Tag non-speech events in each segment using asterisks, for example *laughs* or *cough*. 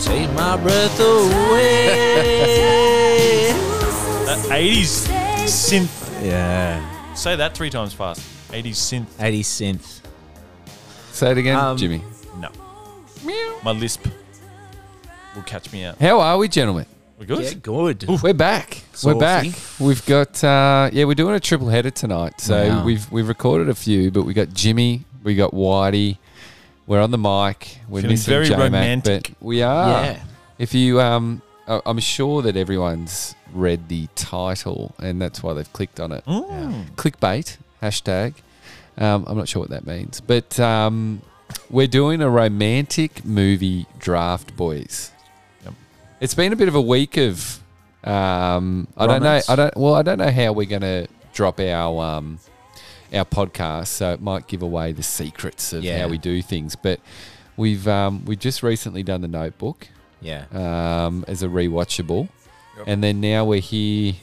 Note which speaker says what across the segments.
Speaker 1: Take my breath away.
Speaker 2: Uh, 80s
Speaker 1: *laughs*
Speaker 2: synth.
Speaker 1: yeah.
Speaker 2: Say that three times fast. 80s synth.
Speaker 1: 80 synth.
Speaker 3: Say it again,
Speaker 1: Um,
Speaker 3: Jimmy.
Speaker 2: No. My lisp will catch me out.
Speaker 3: How are we, gentlemen?
Speaker 2: We good?
Speaker 1: Yeah, good.
Speaker 3: We're back.
Speaker 1: Saucy.
Speaker 3: We're back. We've got uh, yeah, we're doing a triple header tonight. So
Speaker 1: Wow.
Speaker 3: we've we've recorded a few, but we got Jimmy, we got Whitey. We're on the mic. We're
Speaker 2: Feeling
Speaker 3: missing
Speaker 2: very
Speaker 3: J-Mac,
Speaker 2: romantic.
Speaker 3: but we are.
Speaker 1: Yeah.
Speaker 3: If you, um, I- I'm sure that everyone's read the title, and that's why they've clicked on it.
Speaker 2: Mm.
Speaker 3: Clickbait hashtag. Um, I'm not sure what that means, but um, we're doing a romantic movie draft, boys.
Speaker 2: Yep.
Speaker 3: It's been a bit of a week of. Um, I don't know.
Speaker 2: Romance.
Speaker 3: I don't. Well, I don't know how we're going to drop our um, our podcast, so it might give away the secrets of
Speaker 1: Yeah.
Speaker 3: how we do things. But we've um, we've just recently done the Notebook
Speaker 1: Yeah.
Speaker 3: um, as a rewatchable, and then now we're here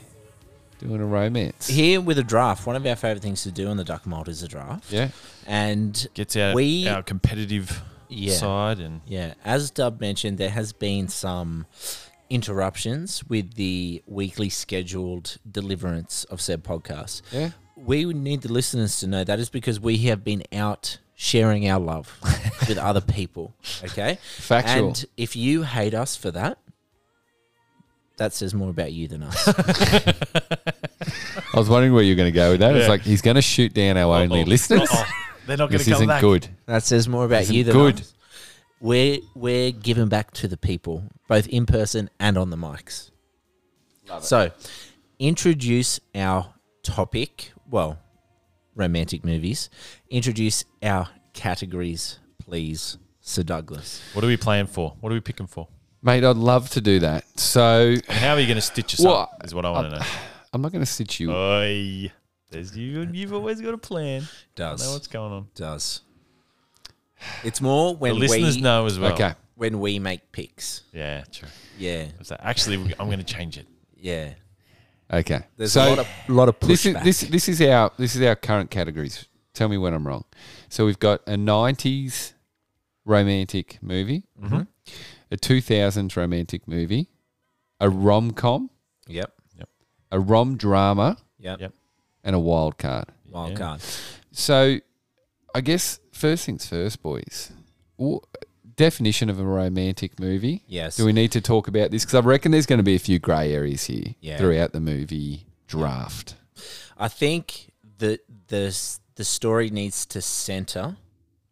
Speaker 3: doing a romance.
Speaker 1: Here with a draft, one of our favorite things to do on the Duck Mold is a draft.
Speaker 3: Yeah,
Speaker 1: And
Speaker 2: Gets out
Speaker 1: We-
Speaker 2: our competitive
Speaker 1: yeah.
Speaker 2: side and
Speaker 1: Yeah, as Dub mentioned, there has been some interruptions with the weekly scheduled deliverance of said podcast.
Speaker 3: yeah.
Speaker 1: We would need the listeners to know that is because we have been out sharing our love *laughs* with other people. Okay,
Speaker 3: Factual.
Speaker 1: And if you hate us for that, that says more about you than us.
Speaker 3: I was wondering where you were going to go with that. It's
Speaker 2: Yeah.
Speaker 3: like he's going to shoot down our only
Speaker 2: Uh-oh.
Speaker 3: listeners.
Speaker 2: Uh-oh. Oh, They're not going
Speaker 3: This
Speaker 2: to come
Speaker 3: isn't
Speaker 2: back.
Speaker 3: good.
Speaker 1: *laughs* that says more about you
Speaker 3: Isn't
Speaker 1: than
Speaker 3: good.
Speaker 1: us. We're we're giving back to the people, both in person and on the mics. So, introduce our topic. Well, romantic movies. Introduce our categories, please, Sir Douglas.
Speaker 2: What are we playing for? What are we picking for?
Speaker 3: Mate, I'd love to do that. So
Speaker 2: And how are you going to stitch us up?
Speaker 3: Well, uh,
Speaker 2: Is what I want to know.
Speaker 3: I'm not going to sit you.
Speaker 2: Oh, Oi. There's you. You've always got a plan. I know
Speaker 1: Does
Speaker 2: what's going on.
Speaker 1: does. It's more
Speaker 2: The
Speaker 1: when
Speaker 2: listeners
Speaker 1: we
Speaker 2: know as well.
Speaker 3: okay.
Speaker 1: when we make picks.
Speaker 2: Yeah, true.
Speaker 1: Yeah,
Speaker 2: It's like, actually, we- I'm going to change it.
Speaker 1: yeah.
Speaker 3: Okay.
Speaker 1: There's
Speaker 3: so
Speaker 1: a lot of lot of pushback.
Speaker 3: this is this this is our this is our current categories. Tell me when I'm wrong. So we've got a 90s romantic movie,
Speaker 2: Mhm.
Speaker 3: a 2000s romantic movie, a rom com,
Speaker 1: yep,
Speaker 3: a rom drama,
Speaker 1: yep,
Speaker 2: Yep.
Speaker 3: and a wild card.
Speaker 1: Wild
Speaker 2: Yeah.
Speaker 1: card.
Speaker 3: So, I guess first things first, boys. Wh- definition of a romantic movie.
Speaker 1: Yes.
Speaker 3: Do we need to talk about this? Because I reckon there's going to be a few grey areas here
Speaker 1: Yeah.
Speaker 3: throughout the movie draft.
Speaker 1: I think the the s- the story needs to center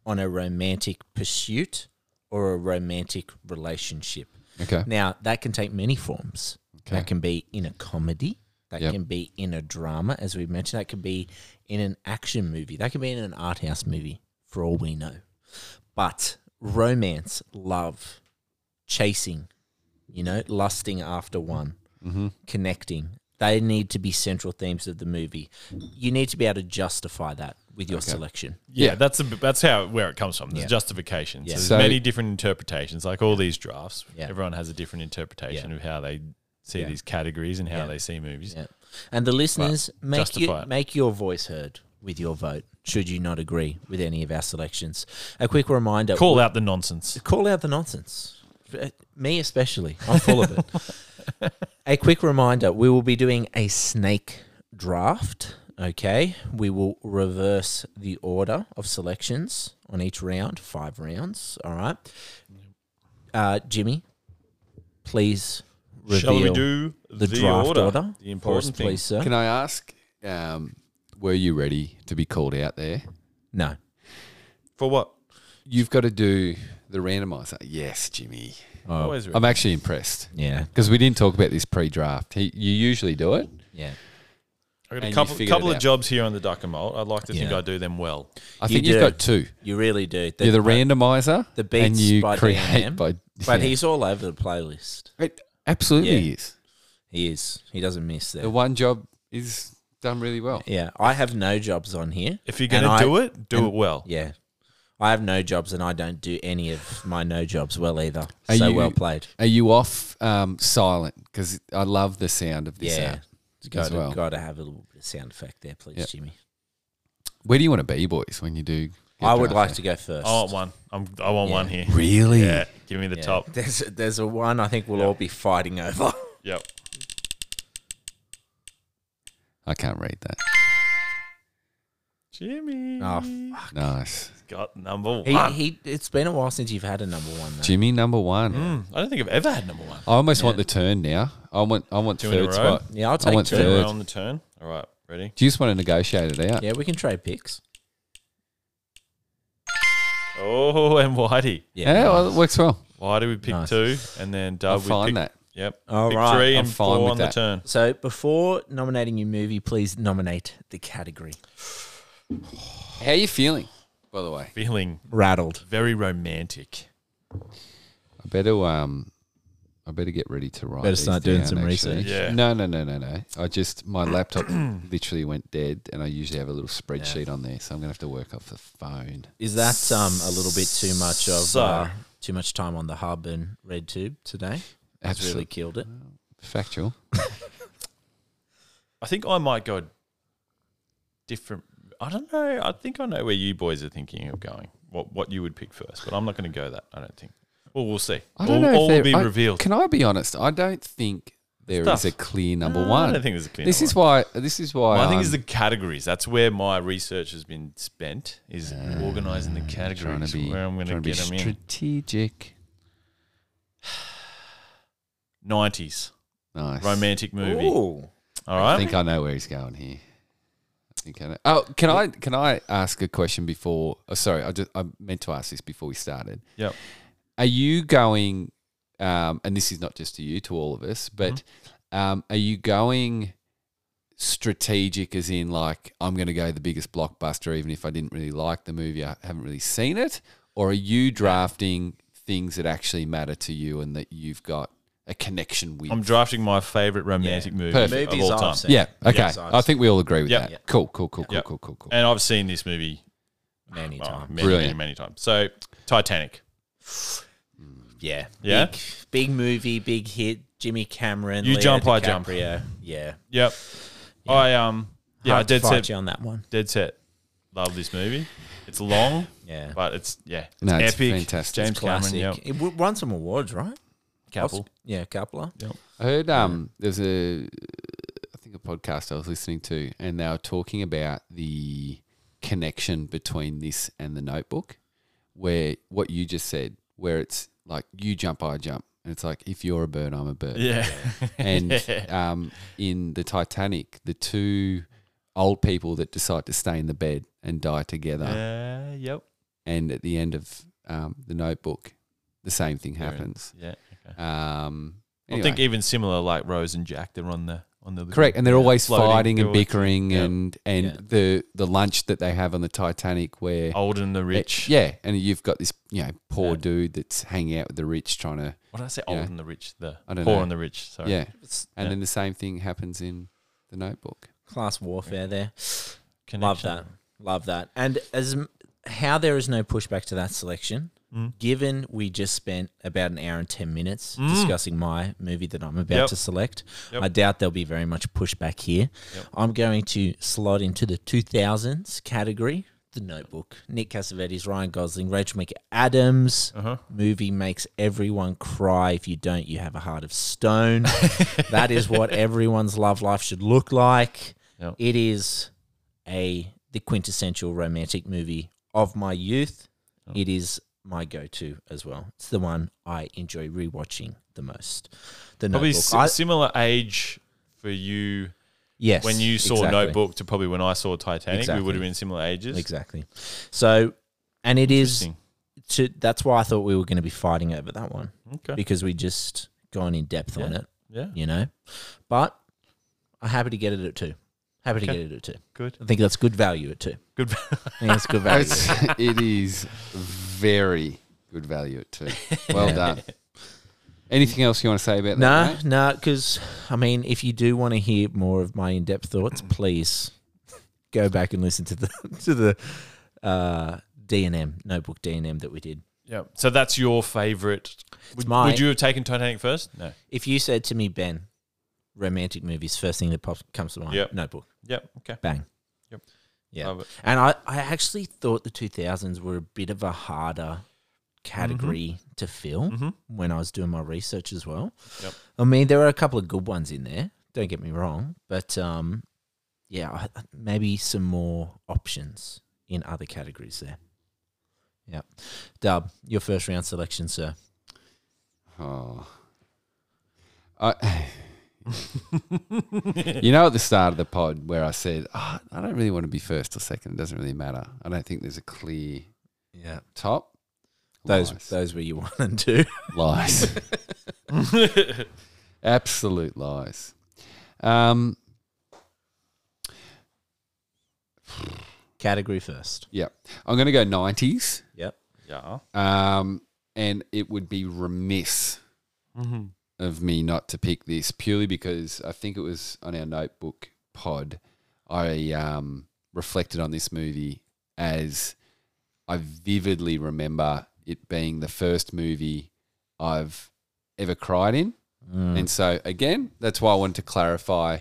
Speaker 1: on a romantic pursuit or a romantic relationship.
Speaker 3: Okay.
Speaker 1: Now, that can take many forms.
Speaker 3: Okay.
Speaker 1: That can be in a comedy. That
Speaker 3: Yep.
Speaker 1: can be in a drama, as we've mentioned. That could be in an action movie. That could be in an art house movie, for all we know. But romance, love, chasing, you know, lusting after one,
Speaker 3: Mm-hmm.
Speaker 1: connecting, they need to be central themes of the movie. You need to be able to justify that with your selection.
Speaker 2: Yeah,
Speaker 3: Yeah.
Speaker 2: that's a, that's how where it comes from. There's
Speaker 1: Yeah.
Speaker 2: justification. So
Speaker 1: Yeah.
Speaker 2: there's
Speaker 3: So-
Speaker 2: many different interpretations. Like all these drafts,
Speaker 1: Yeah.
Speaker 2: everyone has a different interpretation
Speaker 1: Yeah.
Speaker 2: of how they see
Speaker 1: Yeah.
Speaker 2: these categories and how
Speaker 1: Yeah.
Speaker 2: they see movies.
Speaker 1: Yeah. And the listeners make you,
Speaker 2: justify it.
Speaker 1: make your voice heard with your vote. Should you not agree with any of our selections, a quick reminder:
Speaker 2: Call out the nonsense.
Speaker 1: call out the nonsense. Uh, Me especially, I'm full of it.
Speaker 2: *laughs*
Speaker 1: a quick reminder: we will be doing a snake draft. Okay, we will reverse the order of selections on each round, five rounds. All right, uh, Jimmy, please reveal
Speaker 2: Shall we do
Speaker 1: the, draft order.
Speaker 2: The
Speaker 1: for us,
Speaker 2: important thing.
Speaker 1: please, sir.
Speaker 3: Can I ask, um, were you ready to be called out there?
Speaker 1: No.
Speaker 2: For what?
Speaker 3: You've got to do the randomizer. Yes, Jimmy.
Speaker 1: Oh.
Speaker 2: Always ready.
Speaker 3: I'm actually impressed
Speaker 1: Yeah.
Speaker 3: because we didn't talk about this pre-draft. He, you usually do it.
Speaker 1: Yeah.
Speaker 2: I've got
Speaker 3: and
Speaker 2: a
Speaker 3: you
Speaker 2: couple,
Speaker 3: figured
Speaker 2: couple
Speaker 3: it
Speaker 2: of
Speaker 3: out.
Speaker 2: jobs here on the Duck and Malt. I'd like to think
Speaker 1: Yeah.
Speaker 2: I do them well.
Speaker 3: I
Speaker 1: You
Speaker 3: think you've
Speaker 1: do.
Speaker 3: got two.
Speaker 1: You really do. The,
Speaker 3: You're the
Speaker 1: but-
Speaker 3: randomizer,
Speaker 1: The beats
Speaker 3: and you
Speaker 1: by
Speaker 3: create
Speaker 1: D&M,
Speaker 3: *laughs* by.
Speaker 1: But
Speaker 3: yeah.
Speaker 1: he's all over the playlist.
Speaker 3: It absolutely
Speaker 1: Yeah.
Speaker 3: is.
Speaker 1: He is. He doesn't miss
Speaker 3: The
Speaker 1: there.
Speaker 3: one job is done really well.
Speaker 1: Yeah. I have no jobs on here.
Speaker 2: If you're
Speaker 1: And
Speaker 2: going to
Speaker 1: I-
Speaker 2: do it, do it well.
Speaker 1: Yeah. I have no jobs and I don't do any of my no jobs well either.
Speaker 3: Are
Speaker 1: so
Speaker 3: you-
Speaker 1: well played.
Speaker 3: Are you off um, silent? Because I love the sound of this
Speaker 1: Yeah.
Speaker 3: app.
Speaker 1: Got to,
Speaker 3: well.
Speaker 1: got to have a little bit of sound effect there, please,
Speaker 3: Yep.
Speaker 1: Jimmy.
Speaker 3: Where do you want to be, boys, when you do? get
Speaker 1: I would
Speaker 3: drafted?
Speaker 2: Oh,
Speaker 1: like to go first.
Speaker 2: I want one. I'm, I want
Speaker 1: Yeah.
Speaker 2: one here.
Speaker 3: Really?
Speaker 2: Yeah. Give me the
Speaker 1: *laughs*
Speaker 2: top.
Speaker 1: There's there's a one I think we'll
Speaker 2: Yeah.
Speaker 1: all be fighting
Speaker 3: *laughs*
Speaker 1: over.
Speaker 2: Yep.
Speaker 3: I can't read that.
Speaker 2: Jimmy.
Speaker 1: Oh, fuck.
Speaker 3: Nice.
Speaker 2: Got number
Speaker 1: He,
Speaker 2: one.
Speaker 1: he, it's been a while since you've had a number one. Though.
Speaker 3: Jimmy number one.
Speaker 2: Mm, I don't think I've ever had number one.
Speaker 3: I almost want the turn now. I want I want
Speaker 2: Two in a
Speaker 3: third
Speaker 2: row?
Speaker 3: spot.
Speaker 1: Yeah, I'll
Speaker 3: I
Speaker 1: take
Speaker 3: want
Speaker 1: two.
Speaker 2: Turn
Speaker 3: third.
Speaker 2: around on the turn. All right, ready?
Speaker 3: Do you just want to negotiate it out?
Speaker 1: Yeah, we can trade picks.
Speaker 2: Oh, and Whitey.
Speaker 3: Yeah, well, it works well.
Speaker 2: Whitey we pick
Speaker 1: Nice.
Speaker 2: two, and then Dub
Speaker 3: I'll
Speaker 2: we
Speaker 3: find
Speaker 2: pick.
Speaker 3: that.
Speaker 2: Yep.
Speaker 1: All
Speaker 2: pick
Speaker 1: right,
Speaker 2: three
Speaker 3: I'm
Speaker 2: and
Speaker 3: fine
Speaker 2: four
Speaker 3: with
Speaker 2: on
Speaker 3: that.
Speaker 2: the turn.
Speaker 1: So before nominating your movie, please nominate the category.
Speaker 3: How are you feeling, by the way?
Speaker 2: Feeling
Speaker 1: Rattled.
Speaker 2: very romantic.
Speaker 3: I better um, I better get ready to write.
Speaker 1: Better
Speaker 3: these
Speaker 1: start doing
Speaker 3: down,
Speaker 1: some
Speaker 3: actually.
Speaker 1: research.
Speaker 2: Yeah.
Speaker 3: No, no, no, no, no. I just
Speaker 1: *coughs*
Speaker 3: my laptop literally went dead, and I usually have a little spreadsheet on there, so I'm gonna have to work off the phone.
Speaker 1: Is that um a little bit too much of
Speaker 2: So-
Speaker 1: uh, too much time on the hub and red tube today? That's really
Speaker 3: Absolutely
Speaker 1: killed it.
Speaker 3: factual.
Speaker 2: I think I might go different. I don't know. I think I know where you boys are thinking of going. What what you would pick first, but I'm not going to go that. I don't think. Well, we'll see.
Speaker 3: I don't
Speaker 2: all, All
Speaker 3: know. if
Speaker 2: will
Speaker 3: there-
Speaker 2: be
Speaker 3: I-
Speaker 2: revealed.
Speaker 3: Can I be honest? I don't think there is
Speaker 2: Stuff.
Speaker 3: a clear number
Speaker 2: No,
Speaker 3: one.
Speaker 2: I don't think there's a clear.
Speaker 3: this
Speaker 2: number
Speaker 3: is
Speaker 2: one.
Speaker 3: why. This is why.
Speaker 2: I think
Speaker 3: I'm
Speaker 2: is the categories. That's where my research has been spent. Is organising the
Speaker 3: Uh, trying
Speaker 2: categories
Speaker 3: to be
Speaker 2: where I'm going to
Speaker 3: trying to be
Speaker 2: get them in.
Speaker 3: strategic.
Speaker 2: 90s
Speaker 3: Nice
Speaker 2: romantic movie. Oh,
Speaker 1: Ooh.
Speaker 2: All
Speaker 3: I
Speaker 2: right.
Speaker 3: think I know where he's going here. I think I know. Oh, can I can I ask a question before? Oh, sorry, I just I meant to ask this before we started.
Speaker 2: Yep.
Speaker 3: Are you going? Um, and this is not just to you, to all of us, but
Speaker 2: Mm-hmm.
Speaker 3: um, are you going strategic? As in, like I'm going to go the biggest blockbuster, even if I didn't really like the movie, I haven't really seen it. Or are you drafting things that actually matter to you and that you've got a connection with?
Speaker 2: I'm drafting my favorite romantic movie of
Speaker 3: Perfect.
Speaker 1: Movies
Speaker 2: all
Speaker 1: I've
Speaker 2: time.
Speaker 1: seen.
Speaker 3: Yeah. Okay.
Speaker 1: Yes, I've
Speaker 3: I think we all agree with
Speaker 2: Yep.
Speaker 3: that.
Speaker 2: Yep.
Speaker 3: Cool. Cool. Cool. Cool.
Speaker 2: Yep.
Speaker 3: Cool. Cool. Cool.
Speaker 2: And I've seen this movie
Speaker 1: Many
Speaker 2: oh,
Speaker 1: times.
Speaker 2: many, many,
Speaker 3: Brilliant.
Speaker 2: many times. So Titanic.
Speaker 1: Yeah.
Speaker 2: Yeah?
Speaker 1: Big, big movie, big hit. Jimmy Cameron.
Speaker 2: You
Speaker 1: Leo
Speaker 2: jump, I jump.
Speaker 1: DiCaprio. jump. Yeah.
Speaker 2: Yep. I um yeah, I
Speaker 1: Hard to
Speaker 2: dead
Speaker 1: fight
Speaker 2: set
Speaker 1: you on that one.
Speaker 2: dead set. Love this movie. It's
Speaker 3: *laughs*
Speaker 2: long,
Speaker 1: Yeah.
Speaker 2: but it's yeah, it's
Speaker 3: No, it's
Speaker 2: epic.
Speaker 3: fantastic.
Speaker 2: James
Speaker 3: It's
Speaker 2: Cameron,
Speaker 1: Classic.
Speaker 2: yeah.
Speaker 1: It w- won some awards, right?
Speaker 2: Couple.
Speaker 1: Osc- Yeah, Capla.
Speaker 3: I heard um there's a I think a podcast I was listening to and they were talking about the connection between this and the notebook where what you just said where it's like you jump I jump and it's like if you're a bird I'm a
Speaker 2: *laughs*
Speaker 3: bird.
Speaker 2: Yeah.
Speaker 3: And um in the Titanic the two old people that decide to stay in the bed and die together
Speaker 2: Yeah, yep.
Speaker 3: and at the end of um, the notebook the same thing happens.
Speaker 2: Yeah. Okay.
Speaker 3: Um
Speaker 2: I think even similar like Rose and Jack, they're on the on the
Speaker 3: Correct, and they're always
Speaker 2: floating
Speaker 3: fighting and
Speaker 2: towards-
Speaker 3: bickering,
Speaker 2: Yeah.
Speaker 3: and and
Speaker 1: Yeah.
Speaker 3: the the lunch that they have on the Titanic, where
Speaker 2: old and the rich.
Speaker 3: yeah, and you've got this you know poor
Speaker 2: Yeah.
Speaker 3: dude that's hanging out with the rich, trying to
Speaker 2: What did I say? Old
Speaker 3: Yeah.
Speaker 2: and the rich. The
Speaker 3: I don't
Speaker 2: poor
Speaker 3: know.
Speaker 2: and the rich. Sorry.
Speaker 3: yeah,
Speaker 1: It's
Speaker 3: and
Speaker 2: Yeah.
Speaker 3: then the same thing happens in
Speaker 2: *coughs*
Speaker 3: the Notebook.
Speaker 1: class warfare there.
Speaker 2: Connection.
Speaker 1: Love that. Love that. And as m- how there is no pushback to that selection, given we just spent about an hour and 10 minutes discussing my movie that I'm about
Speaker 2: Yep.
Speaker 1: to select,
Speaker 2: Yep.
Speaker 1: I doubt there'll be very much pushback here.
Speaker 2: Yep.
Speaker 1: I'm going to slot into the 2000s category. The Notebook, Nick Cassavetes, Ryan Gosling, Rachel McAdams. Movie makes everyone cry. If you don't, you have a heart of stone. that is what everyone's love life should look like.
Speaker 2: Yep.
Speaker 1: It is a the quintessential romantic movie of my youth.
Speaker 2: Oh.
Speaker 1: It is my go-to as well. It's the one I enjoy rewatching the most. The
Speaker 2: Probably
Speaker 1: Notebook.
Speaker 2: si-
Speaker 1: I-
Speaker 2: similar age for you
Speaker 1: yes,
Speaker 2: when you saw
Speaker 1: exactly.
Speaker 2: Notebook to probably when I saw Titanic. We would
Speaker 1: Exactly.
Speaker 2: have been similar ages.
Speaker 1: Exactly. So, and it is
Speaker 2: Interesting.
Speaker 1: to, that's why I thought we were going to be fighting over that one
Speaker 2: Okay.
Speaker 1: because we just gone in depth on it,
Speaker 2: yeah.
Speaker 1: you know. But I'm happy to get it at two. Happy to
Speaker 2: Okay.
Speaker 1: get it at two.
Speaker 2: Good.
Speaker 1: I think that's good value at two.
Speaker 2: Good.
Speaker 1: I think that's good value.
Speaker 3: It's, it is very good value at two. Well
Speaker 2: *laughs*
Speaker 3: done. Anything else you want to say about that?
Speaker 1: No,
Speaker 3: mate?
Speaker 1: no, because I mean, if you do want to hear more of my in-depth thoughts, please go back and listen to the *laughs* to the uh, D and M notebook D and M that we did.
Speaker 2: yeah. So that's your favorite. Would,
Speaker 1: my-
Speaker 2: would you have taken Titanic first? No.
Speaker 1: If you said to me, Ben, romantic movies, first thing that pops comes to mind,
Speaker 2: Yep.
Speaker 1: notebook,
Speaker 2: Yep. Okay.
Speaker 1: bang.
Speaker 2: Yep.
Speaker 1: Yeah,
Speaker 2: Love it.
Speaker 1: and I, I actually thought the two thousands were a bit of a harder category to fill when I was doing my research as well.
Speaker 2: Yep.
Speaker 1: I mean, there are a couple of good ones in there. Don't get me wrong, but um, yeah, I- I- maybe some more options in other categories there. Yeah, Dub, your first round selection, sir.
Speaker 3: Oh. I, you know, at the start of the pod where I said, "Ah, I don't really want to be first or second. It doesn't really matter. I don't think there's a clear
Speaker 1: Yeah,
Speaker 3: top.
Speaker 1: those
Speaker 3: Lies.
Speaker 1: those were your *laughs* one and two.
Speaker 3: lies. Absolute lies. Um,
Speaker 1: Category first.
Speaker 3: yeah. I'm going to go 90s.
Speaker 1: Yep.
Speaker 2: yeah.
Speaker 3: Um, and it would be remiss
Speaker 2: Mm-hmm.
Speaker 3: of me not to pick this purely because I think it was on our notebook pod. I um, reflected on this movie as I vividly remember it being the first movie I've ever cried in. And so, again, that's why I wanted to clarify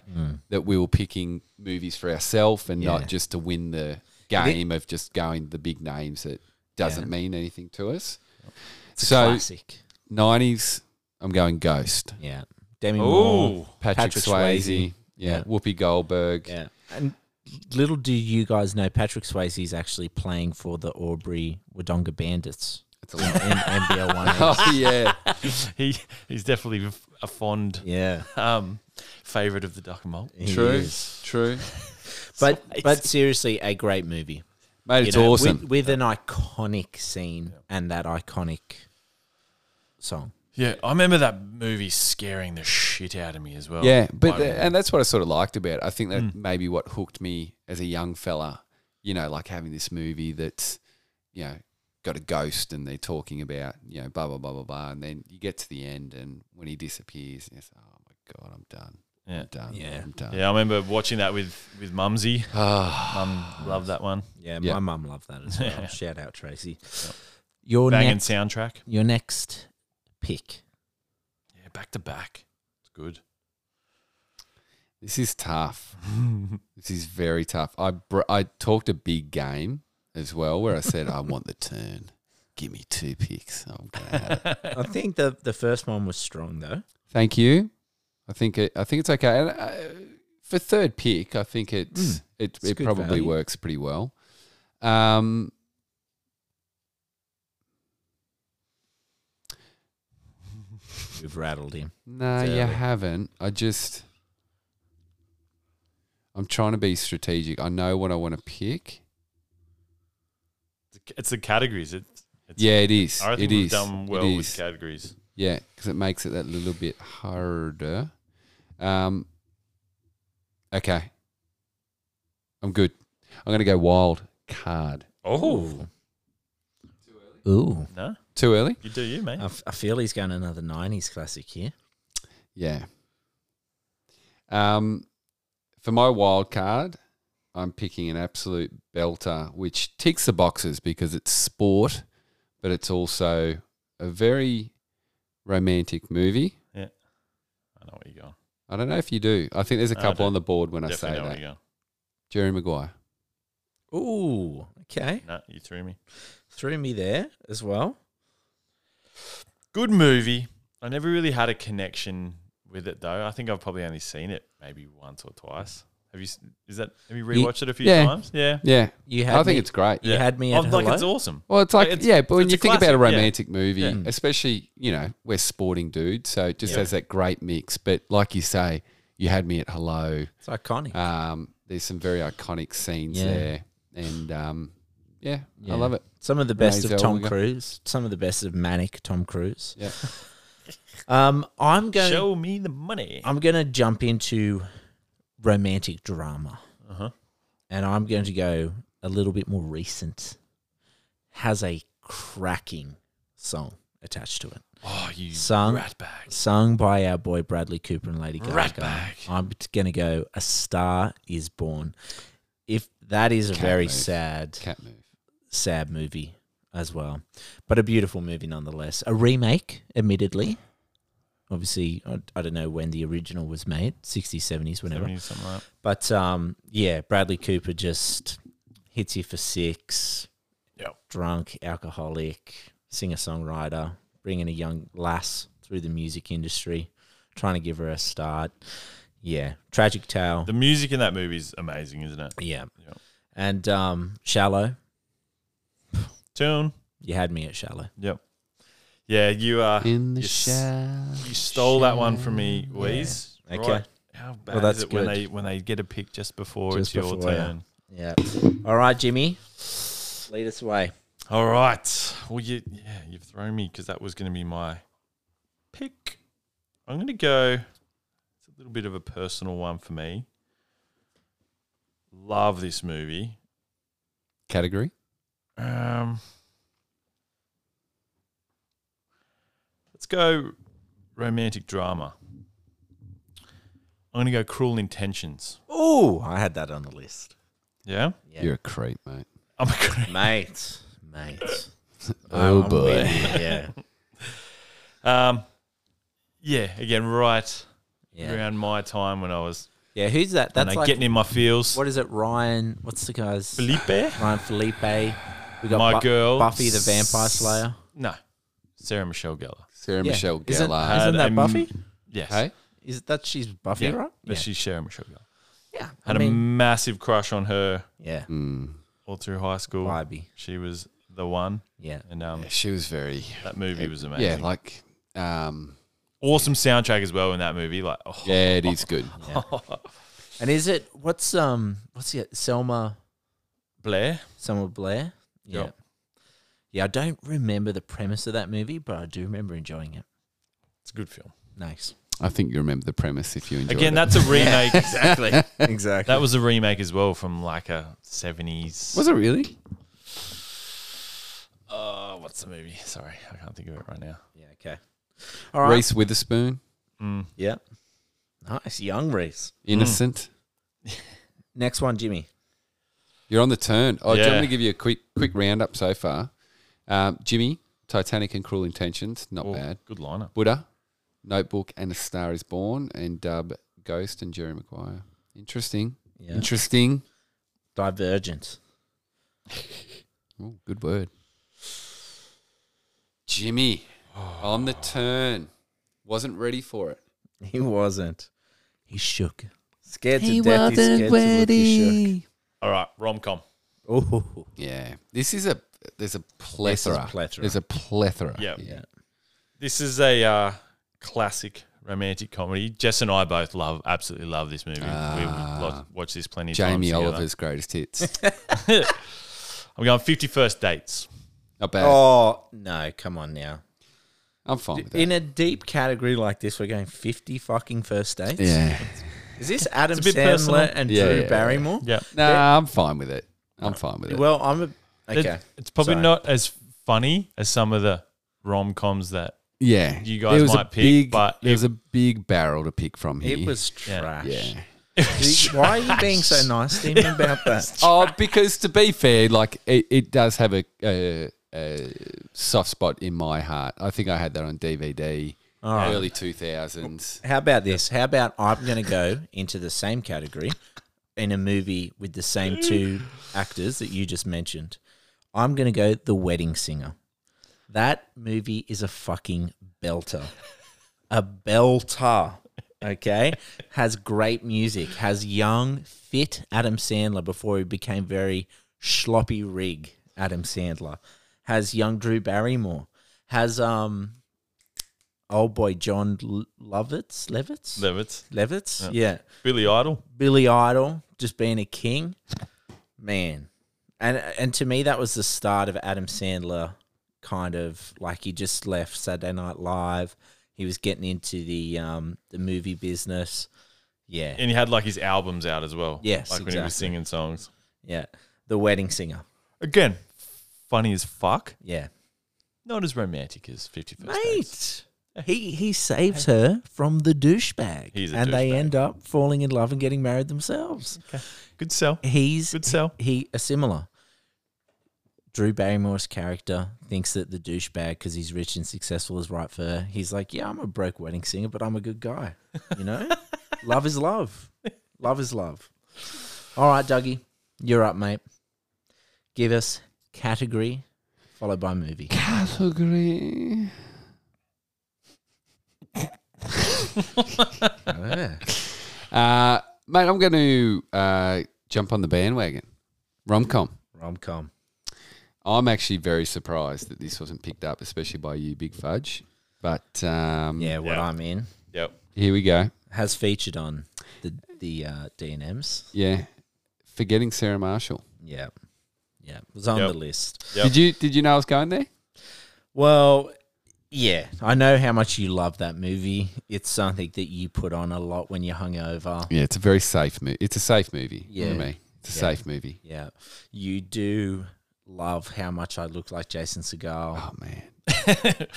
Speaker 3: that we were picking movies for ourselves and
Speaker 1: Yeah.
Speaker 3: not just to win the game of just going the big names that doesn't mean anything to us.
Speaker 1: It's a
Speaker 3: so,
Speaker 1: classic.
Speaker 3: 90s, I'm going Ghost.
Speaker 1: Yeah, Demi Moore.
Speaker 2: Oh,
Speaker 3: Patrick,
Speaker 1: Patrick
Speaker 3: Swayze.
Speaker 1: Swayze.
Speaker 3: Yeah.
Speaker 1: Yeah.
Speaker 3: Whoopi Goldberg.
Speaker 1: Yeah. And little do you guys know, Patrick Swayze is actually playing for the Aubrey Wodonga Bandits
Speaker 3: It's a
Speaker 1: in
Speaker 3: lot. *laughs*
Speaker 1: NBL 1.
Speaker 3: *laughs* oh, yeah.
Speaker 2: *laughs* he he's definitely f- a fond
Speaker 1: Yeah,
Speaker 2: um, favorite of the duck and malt.
Speaker 1: *laughs* he
Speaker 3: True.
Speaker 1: is.
Speaker 3: True.
Speaker 1: But but seriously, a great movie.
Speaker 3: Mate,
Speaker 1: You
Speaker 3: it's
Speaker 1: know,
Speaker 3: awesome.
Speaker 1: with, with an iconic scene and that iconic song.
Speaker 2: Yeah, I remember that movie scaring the shit out of me as well.
Speaker 3: yeah. But,
Speaker 2: Like,
Speaker 3: and that's what I sort of liked about it. I think that
Speaker 1: Hmm.
Speaker 3: maybe what hooked me as a young fella, you know, like having this movie that's, you know, got a ghost and they're talking about, you know, blah, blah, blah, blah, blah. And then you get to the end and when he disappears, and it's, oh my God, I'm done.
Speaker 2: Yeah.
Speaker 3: I'm done.
Speaker 1: Yeah.
Speaker 3: I'm done.
Speaker 2: yeah, I remember watching that with with Mumsy.
Speaker 3: Ah,
Speaker 2: Mum loved that one.
Speaker 1: Yeah,
Speaker 3: Yeah.
Speaker 1: my mum loved that as well.
Speaker 3: *laughs*
Speaker 2: Yeah.
Speaker 1: Shout out Tracy. Your
Speaker 2: Banging
Speaker 1: next,
Speaker 2: soundtrack.
Speaker 1: your next
Speaker 3: *laughs*
Speaker 1: pick.
Speaker 2: Yeah, back to back. It's good.
Speaker 3: this
Speaker 1: *laughs*
Speaker 3: is tough. This is very tough. I br- I talked a big game as well, where I said I want the turn. Give me two picks. I'm gonna have
Speaker 1: *laughs*
Speaker 3: it.
Speaker 1: I think the the first one was strong though.
Speaker 3: Thank you. I think it, I think it's okay. And uh, for third pick, I think it's it
Speaker 1: Hmm. It's
Speaker 3: it
Speaker 1: good
Speaker 3: probably
Speaker 1: value.
Speaker 3: works pretty well. Um.
Speaker 1: We've rattled him.
Speaker 3: No,
Speaker 1: It's
Speaker 3: you
Speaker 1: early.
Speaker 3: haven't. I just I'm trying to be strategic. I know what I want to pick.
Speaker 2: It's the categories. It's, it's
Speaker 3: Yeah, it is.
Speaker 2: I think
Speaker 3: it
Speaker 2: we've
Speaker 3: is.
Speaker 2: done well
Speaker 3: it
Speaker 2: with
Speaker 3: is.
Speaker 2: categories.
Speaker 3: Yeah, because it makes it that little bit harder. Um, okay, I'm good. I'm gonna go wild card.
Speaker 2: Oh
Speaker 1: Ooh.
Speaker 2: no,
Speaker 3: Too early?
Speaker 2: you do you, mate.
Speaker 1: I, f- I feel he's going another 90s classic here.
Speaker 3: Yeah. Um, for my wild card, I'm picking an absolute belter, which ticks the boxes because it's sport, but it's also a very romantic movie.
Speaker 2: I know where you're going.
Speaker 3: I don't know if you do. I think there's a
Speaker 2: I
Speaker 3: couple
Speaker 2: do.
Speaker 3: on the board when
Speaker 2: Definitely
Speaker 3: I
Speaker 2: know
Speaker 3: say
Speaker 2: where
Speaker 3: that.
Speaker 2: you're going.
Speaker 3: Jerry Maguire.
Speaker 1: Ooh, okay.
Speaker 2: No, you threw me.
Speaker 1: Threw me there as well.
Speaker 2: Good movie. I never really had a connection with it though. I think I've probably only seen it maybe once or twice. Have you? s- Is that? Have you
Speaker 3: Ye-
Speaker 2: rewatched it a few
Speaker 3: yeah.
Speaker 2: times? Yeah.
Speaker 3: Yeah,
Speaker 1: You had
Speaker 3: I think
Speaker 1: me-
Speaker 3: it's great.
Speaker 1: You
Speaker 2: Yeah.
Speaker 1: had me
Speaker 2: I'm
Speaker 1: at
Speaker 2: like
Speaker 1: hello.
Speaker 2: it's awesome.
Speaker 3: Well, it's like,
Speaker 2: Like, it's-
Speaker 3: yeah, but when
Speaker 2: it's
Speaker 3: you
Speaker 2: a
Speaker 3: think about a
Speaker 2: classic, yeah.
Speaker 3: romantic movie,
Speaker 2: Yeah. Mm.
Speaker 3: especially you know we're sporting dudes, so it just
Speaker 2: Yeah.
Speaker 3: has that great mix. But like you say, you had me at hello.
Speaker 1: It's iconic.
Speaker 3: Um, there's some very iconic scenes
Speaker 1: Yeah.
Speaker 3: there, and um, yeah,
Speaker 1: Yeah.
Speaker 3: I love it.
Speaker 1: some of the best
Speaker 3: Renee
Speaker 1: of Tom
Speaker 3: Zellweger.
Speaker 1: Cruise. Some of the best of manic Tom Cruise.
Speaker 3: Yeah.
Speaker 1: Um, I'm going.
Speaker 2: Show me the money.
Speaker 1: I'm going to jump into romantic drama,
Speaker 2: Uh-huh.
Speaker 1: and I'm going to go a little bit more recent. Has a cracking song attached to it.
Speaker 2: Oh, you
Speaker 1: Sung-
Speaker 2: ratbag.
Speaker 1: sung by our boy Bradley Cooper and Lady Gaga.
Speaker 2: Ratbag.
Speaker 1: I'm t- gonna go. A star is born. If that is a
Speaker 3: Cat
Speaker 1: very
Speaker 3: move.
Speaker 1: sad,
Speaker 3: Cat move.
Speaker 1: sad movie as well, but a beautiful movie nonetheless. A remake, admittedly. Obviously, I, I don't know when the original was made, 60s, 70s, whenever.
Speaker 2: Something like that.
Speaker 1: But um, yeah, Bradley Cooper just hits you for six.
Speaker 2: Yep.
Speaker 1: Drunk, alcoholic, singer songwriter, bringing a young lass through the music industry, trying to give her a start. Yeah, tragic tale.
Speaker 2: The music in that movie is amazing, isn't it?
Speaker 1: yeah,
Speaker 2: Yeah.
Speaker 1: and um, shallow.
Speaker 2: Tune.
Speaker 1: You had me at shallow.
Speaker 2: Yep. Yeah, you are.
Speaker 3: In the
Speaker 2: you, s-
Speaker 3: shadow.
Speaker 2: you stole that one from me, Wheeze.
Speaker 1: Okay.
Speaker 2: Right. How bad
Speaker 1: that's
Speaker 2: is it when
Speaker 1: good.
Speaker 2: they when they get a pick just before
Speaker 1: Just
Speaker 2: it's your
Speaker 1: before, yeah.
Speaker 2: turn?
Speaker 1: Yeah. All right, Jimmy, lead us away.
Speaker 2: All right. Well, you yeah, you've thrown me because that was going to be my pick. I'm going to go. It's a little bit of a personal one for me. Love this movie.
Speaker 3: Category?
Speaker 2: Um, let's go romantic drama. I'm going to go Cruel Intentions.
Speaker 1: Oh, I had that on the list.
Speaker 2: Yeah? Oh
Speaker 1: Yeah.
Speaker 3: You're a creep, mate.
Speaker 2: I'm going
Speaker 1: Mate, mate.
Speaker 3: Oh,
Speaker 1: I'm
Speaker 3: boy.
Speaker 1: with you, Yeah.
Speaker 2: to. Um, yeah, again, right *laughs*
Speaker 1: Yeah.
Speaker 2: around my time when I was
Speaker 1: Yeah. Who's that?
Speaker 2: when
Speaker 1: That's
Speaker 2: I
Speaker 1: like
Speaker 2: getting in my feels.
Speaker 1: what is it? Ryan. What's the guy's?
Speaker 2: Felipe?
Speaker 1: Ryan Felipe. We got
Speaker 2: My
Speaker 1: Bu-
Speaker 2: girl.
Speaker 1: Buffy the Vampire Slayer.
Speaker 2: No. Sarah Michelle Gellar.
Speaker 3: Sarah
Speaker 1: Yeah.
Speaker 3: Michelle
Speaker 1: Isn't-
Speaker 3: Gellar.
Speaker 1: Isn't
Speaker 2: Had
Speaker 1: that
Speaker 2: a-
Speaker 1: Buffy?
Speaker 2: Yes.
Speaker 3: hey?
Speaker 1: Is that she's Buffy,
Speaker 2: Yeah,
Speaker 1: right?
Speaker 2: But she's Sarah Michelle Gellar.
Speaker 1: yeah. I
Speaker 2: Had a
Speaker 1: mean,
Speaker 2: massive crush on her
Speaker 1: yeah.
Speaker 3: Mm.
Speaker 2: all through high school.
Speaker 1: Vibey.
Speaker 2: She was the one.
Speaker 1: Yeah.
Speaker 2: And um,
Speaker 3: Yeah, She was very.
Speaker 2: that movie was amazing.
Speaker 3: Yeah, like. Um,
Speaker 2: awesome soundtrack as well in that movie. Like, oh,
Speaker 3: yeah, it is good.
Speaker 1: And is it what's um what's it Selma
Speaker 2: Blair.
Speaker 1: Selma Blair? Yeah.
Speaker 2: Yep.
Speaker 1: Yeah, I don't remember the premise of that movie, but I do remember enjoying it.
Speaker 2: It's a good film. *laughs*
Speaker 1: Nice.
Speaker 3: I think you remember the premise if you enjoyed
Speaker 2: Again,
Speaker 3: it.
Speaker 2: that's a remake.
Speaker 1: Exactly. exactly.
Speaker 2: *laughs* that was a remake as well from like a seventies.
Speaker 3: Was it really?
Speaker 2: Oh, what's the movie? Sorry, I can't think of it right now.
Speaker 1: Yeah, okay. All right.
Speaker 3: Reese Witherspoon,
Speaker 2: Mm.
Speaker 1: Yeah. Nice. Young Reese.
Speaker 3: Innocent.
Speaker 1: Next one, Jimmy.
Speaker 3: You're on the turn. Oh, do you want me
Speaker 2: Yeah.
Speaker 3: to give you a quick quick roundup so far? Um, Jimmy, Titanic and Cruel Intentions, not
Speaker 2: Well,
Speaker 3: bad.
Speaker 2: Good lineup.
Speaker 3: Buddha, Notebook, and A Star Is Born, and Dub, Ghost, and Jerry Maguire. Interesting.
Speaker 1: Yeah.
Speaker 3: Interesting.
Speaker 1: Divergent.
Speaker 3: Ooh, good word. Jimmy, on the turn. Wasn't ready for it.
Speaker 1: *laughs* He wasn't. He shook. Scared to death. He scared to look. He shook.
Speaker 2: All right, rom com.
Speaker 1: Oh,
Speaker 3: Yeah. This is a there's a plethora.
Speaker 1: plethora.
Speaker 3: There's a plethora.
Speaker 2: Yep.
Speaker 3: here.
Speaker 1: yeah.
Speaker 2: This is a uh, classic romantic comedy. Jess and I both love, absolutely love this movie. we would lo- watch this plenty of times.
Speaker 3: Jamie
Speaker 2: together.
Speaker 3: Oliver's greatest hits.
Speaker 2: I'm going 51st dates.
Speaker 3: Not bad.
Speaker 1: Oh no! Come on now.
Speaker 3: I'm fine with that.
Speaker 1: In a deep category like this, we're going fifty fucking first dates.
Speaker 3: Yeah.
Speaker 1: Is this Adam
Speaker 2: It's a bit personal.
Speaker 1: Sandler and
Speaker 3: Yeah,
Speaker 1: Drew
Speaker 3: yeah, yeah.
Speaker 1: Barrymore?
Speaker 2: Yeah.
Speaker 3: No, I'm fine with it. I'm fine with it.
Speaker 1: Well, I'm a okay.
Speaker 2: It's, it's probably
Speaker 1: Sorry.
Speaker 2: not as funny as some of the rom coms that
Speaker 3: yeah,
Speaker 2: you guys
Speaker 3: There was a
Speaker 2: might pick,
Speaker 3: big-
Speaker 2: but
Speaker 3: there was
Speaker 2: it-
Speaker 3: a big barrel to pick from here.
Speaker 1: It was
Speaker 2: Yeah.
Speaker 1: trash.
Speaker 3: yeah.
Speaker 1: See, Why are you being so nice to him *laughs* about that?
Speaker 3: Oh, because to be fair, like it, it does have a, a, a soft spot in my heart. I think I had that on DVD, early two thousands.
Speaker 1: How about this? How about I'm going to go into the same category in a movie with the same two actors that you just mentioned. I'm going to go The Wedding Singer. That movie is a fucking belter. A belter. Okay. Has great music, has young, fit Adam Sandler before he became very sloppy rig Adam Sandler, has young Drew Barrymore, has, um, old boy John L- Lovitz, Levitz,
Speaker 2: Levitts.
Speaker 1: Levitz, yeah.
Speaker 2: Billy Idol.
Speaker 1: Billy Idol just being a king, man, and and to me that was the start of Adam Sandler, kind of like he just left Saturday Night Live, he was getting into the um the movie business, yeah,
Speaker 2: And he had like his albums out as well.
Speaker 1: Yes,
Speaker 2: Like when he was
Speaker 1: exactly.
Speaker 2: singing songs.
Speaker 1: yeah, the wedding singer,
Speaker 2: Again, funny as fuck.
Speaker 1: yeah,
Speaker 2: Not as romantic as 51st Dates.
Speaker 1: mate. He he saves her from the douchebag,
Speaker 2: He's a
Speaker 1: and they
Speaker 2: douchebag.
Speaker 1: end up falling in love and getting married themselves.
Speaker 2: Good sell.
Speaker 1: He's
Speaker 2: Good sell.
Speaker 1: he a similar. Drew Barrymore's character thinks that the douchebag because he's rich and successful is right for her. He's like, yeah, I'm a broke wedding singer, but I'm a good guy. You know, *laughs* love is love. Love is love. All right, Dougie, you're up, mate. Give us category followed by movie.
Speaker 3: Category.
Speaker 1: Oh, Yeah.
Speaker 3: Uh, mate, I'm going to uh, jump on the bandwagon. Rom com.
Speaker 1: Rom com.
Speaker 3: I'm actually very surprised that this wasn't picked up, especially by you, Big Fudge. But um,
Speaker 1: Yeah, what
Speaker 2: Yeah.
Speaker 1: I'm in
Speaker 2: Yep.
Speaker 3: here we go.
Speaker 1: has featured on the the uh, D and M's.
Speaker 3: Yeah, forgetting Sarah Marshall.
Speaker 1: Yeah, yeah, it was on
Speaker 2: Yep.
Speaker 1: the list.
Speaker 2: Yep.
Speaker 3: Did you did you know I was going there?
Speaker 1: Well, yeah, I know how much you love that movie. It's something that you put on a lot when you're hungover.
Speaker 3: Yeah, it's a very safe movie. It's a safe movie
Speaker 1: Yeah.
Speaker 3: for me. It's a
Speaker 1: Yeah.
Speaker 3: safe movie.
Speaker 1: Yeah, you do love how much I look like Jason Segal.
Speaker 3: Oh man,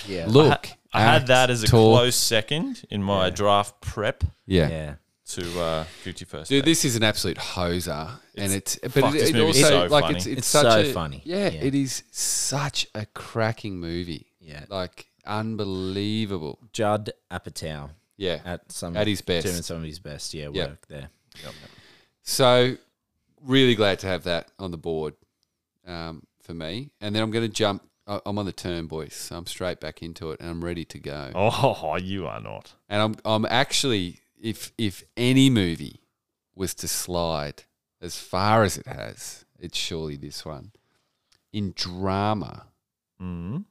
Speaker 1: Yeah,
Speaker 3: look, uh,
Speaker 2: I had
Speaker 3: act,
Speaker 2: that as a
Speaker 3: talk.
Speaker 2: close second in my draft prep
Speaker 3: Yeah.
Speaker 1: yeah,
Speaker 2: to uh, Guilty First.
Speaker 3: Dude,
Speaker 2: Date.
Speaker 3: this is an absolute hoser, and it's
Speaker 2: fuck,
Speaker 3: but
Speaker 2: this
Speaker 3: it, it
Speaker 2: movie's
Speaker 3: also
Speaker 2: so
Speaker 3: like
Speaker 2: funny.
Speaker 3: it's it's,
Speaker 1: It's
Speaker 3: such
Speaker 1: so
Speaker 3: a-
Speaker 1: funny.
Speaker 3: Yeah,
Speaker 1: Yeah.
Speaker 3: it is such a cracking movie.
Speaker 1: yeah.
Speaker 3: Like unbelievable.
Speaker 1: Judd Apatow
Speaker 3: Yeah.
Speaker 1: at some
Speaker 3: At his best.
Speaker 1: doing some of his best. Yeah, work
Speaker 3: Yeah.
Speaker 1: there.
Speaker 3: So really glad to have that on the board um, for me. And then I'm going to jump. I- I'm on the turn, boys. So I'm straight back into it, and I'm ready to go.
Speaker 2: oh, *laughs* you are not.
Speaker 3: And I'm I'm actually if if any movie was to slide as far as it has, it's surely this one. In drama,
Speaker 2: Mm-hmm.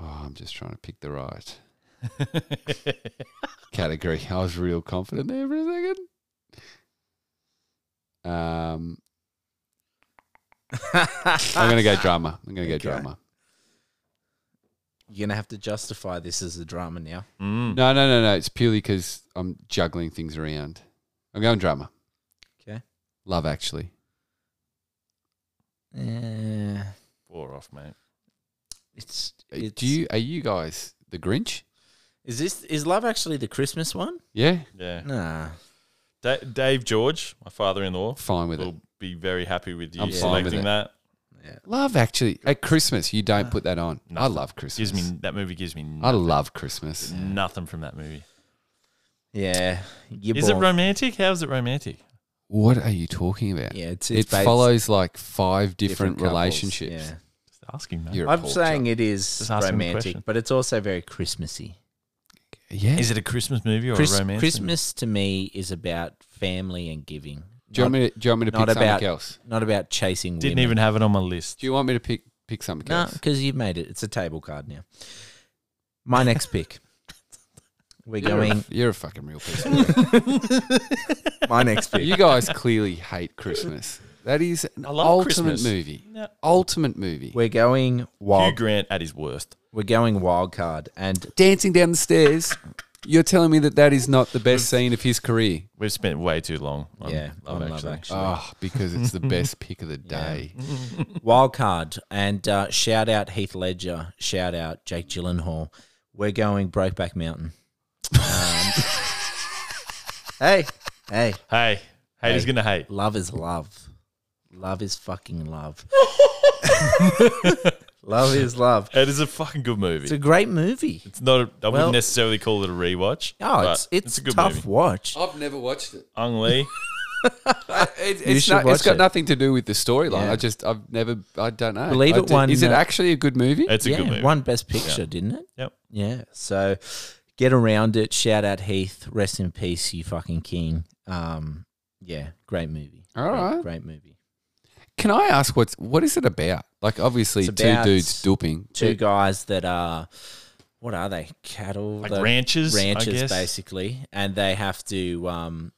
Speaker 3: oh, I'm just trying to pick
Speaker 2: *laughs*
Speaker 3: the right category. I was real confident there for a second. Um, I'm
Speaker 2: *laughs*
Speaker 3: gonna go drama. I'm gonna go
Speaker 1: Okay.
Speaker 3: drama.
Speaker 1: You're gonna have to justify this as a drama now.
Speaker 2: mm.
Speaker 3: No, no, no, no. It's purely because I'm juggling things around. I'm going drama.
Speaker 1: Okay.
Speaker 3: Love Actually.
Speaker 1: Yeah,
Speaker 2: Four off, mate.
Speaker 1: it's,
Speaker 3: Uh,
Speaker 1: it's
Speaker 3: Do you? Are you guys the Grinch?
Speaker 1: Is this is love actually the Christmas one?
Speaker 3: Yeah,
Speaker 2: Yeah.
Speaker 1: Nah.
Speaker 2: Da- Dave George, my father-in-law,
Speaker 3: fine with it.
Speaker 2: will be very happy with you
Speaker 3: I'm fine with
Speaker 2: selecting
Speaker 3: it.
Speaker 2: that.
Speaker 1: Yeah.
Speaker 3: Love Actually. At Christmas, you don't put that on.
Speaker 2: uh,
Speaker 3: I
Speaker 2: nothing.
Speaker 3: love Christmas.
Speaker 2: Gives me that movie gives me
Speaker 3: I
Speaker 2: nothing,
Speaker 3: love Christmas.
Speaker 2: nothing from that movie.
Speaker 1: Yeah. You're
Speaker 2: Is it
Speaker 1: born-
Speaker 2: romantic? How is it romantic?
Speaker 3: What are you talking about?
Speaker 1: Yeah, it's,
Speaker 3: it
Speaker 1: it's based-
Speaker 3: follows like five
Speaker 1: different
Speaker 3: different,
Speaker 1: couples.
Speaker 3: relationships.
Speaker 1: Yeah.
Speaker 2: Just asking that.
Speaker 3: You're a
Speaker 1: I'm
Speaker 3: pork
Speaker 1: saying
Speaker 3: chop.
Speaker 1: it is
Speaker 2: Just asking the question.
Speaker 1: romantic, but it's also very Christmassy.
Speaker 3: Yeah.
Speaker 2: Is it a Christmas movie or
Speaker 1: Chris-
Speaker 2: a romance?
Speaker 1: Christmas to me is is about family and giving.
Speaker 3: do, you
Speaker 1: Not,
Speaker 3: want me to, do you want me to pick
Speaker 1: not
Speaker 3: something
Speaker 1: about-
Speaker 3: else?
Speaker 1: not about chasing
Speaker 2: Didn't
Speaker 1: women.
Speaker 2: even have it on my list.
Speaker 3: Do you want me to pick pick something
Speaker 1: No,
Speaker 3: else?
Speaker 1: because you've made it. It's a table card now. My next
Speaker 2: *laughs*
Speaker 1: pick. We're
Speaker 3: You're a-
Speaker 1: going.
Speaker 3: you're a fucking real person.
Speaker 1: My next pick.
Speaker 3: you guys clearly hate Christmas. That is an
Speaker 2: I love
Speaker 3: ultimate
Speaker 2: Christmas.
Speaker 3: movie.
Speaker 2: No.
Speaker 3: Ultimate movie.
Speaker 1: We're going
Speaker 2: Hugh
Speaker 1: wild.
Speaker 2: Grant at his worst.
Speaker 1: We're going wild card, and
Speaker 3: Dancing down the stairs. You're telling me that that is not the best scene of his career?
Speaker 2: We've spent way too long. On
Speaker 1: yeah,
Speaker 2: Love
Speaker 1: on
Speaker 2: Actually.
Speaker 3: Oh, because it's the
Speaker 1: *laughs*
Speaker 3: best pick of the day.
Speaker 1: wild card and uh, shout out Heath Ledger, shout out Jake Gyllenhaal. We're going Brokeback Mountain. Um, *laughs* hey, hey,
Speaker 2: Hey, hate is gonna hate.
Speaker 1: love is love. Love is fucking
Speaker 2: *laughs*
Speaker 1: love. love is love.
Speaker 2: It is a fucking good movie.
Speaker 1: It's a great movie.
Speaker 2: It's not. A, I
Speaker 1: Well-
Speaker 2: wouldn't necessarily call it a rewatch.
Speaker 1: Oh,
Speaker 2: but
Speaker 1: it's it's,
Speaker 2: a good
Speaker 1: tough
Speaker 2: movie.
Speaker 1: watch.
Speaker 3: I've never
Speaker 1: *laughs*
Speaker 3: watched it.
Speaker 2: Ang Lee.
Speaker 3: it's
Speaker 1: should
Speaker 3: not,
Speaker 1: watch
Speaker 3: it's got
Speaker 1: it.
Speaker 3: nothing to do with the storyline.
Speaker 1: Yeah.
Speaker 3: I just, I've never, I don't know.
Speaker 1: Believe
Speaker 3: I
Speaker 1: it
Speaker 3: do-
Speaker 1: won,
Speaker 3: Is it
Speaker 1: uh,
Speaker 3: actually a good movie?
Speaker 2: It's a
Speaker 1: yeah,
Speaker 2: good movie.
Speaker 1: won Best Picture, didn't it?
Speaker 2: Yep.
Speaker 1: Yeah. So get around it. Shout out Heath. Rest in peace, you fucking king. Um, yeah, great movie.
Speaker 3: All
Speaker 1: Great-
Speaker 3: right.
Speaker 1: great movie.
Speaker 3: Can I ask what's what is it about? Like, obviously,
Speaker 1: It's
Speaker 3: two
Speaker 1: about
Speaker 3: dudes duping.
Speaker 1: two guys that are what are they cattle
Speaker 2: Like
Speaker 1: the
Speaker 2: ranches, I
Speaker 1: ranchers
Speaker 2: guess.
Speaker 1: basically and they have to um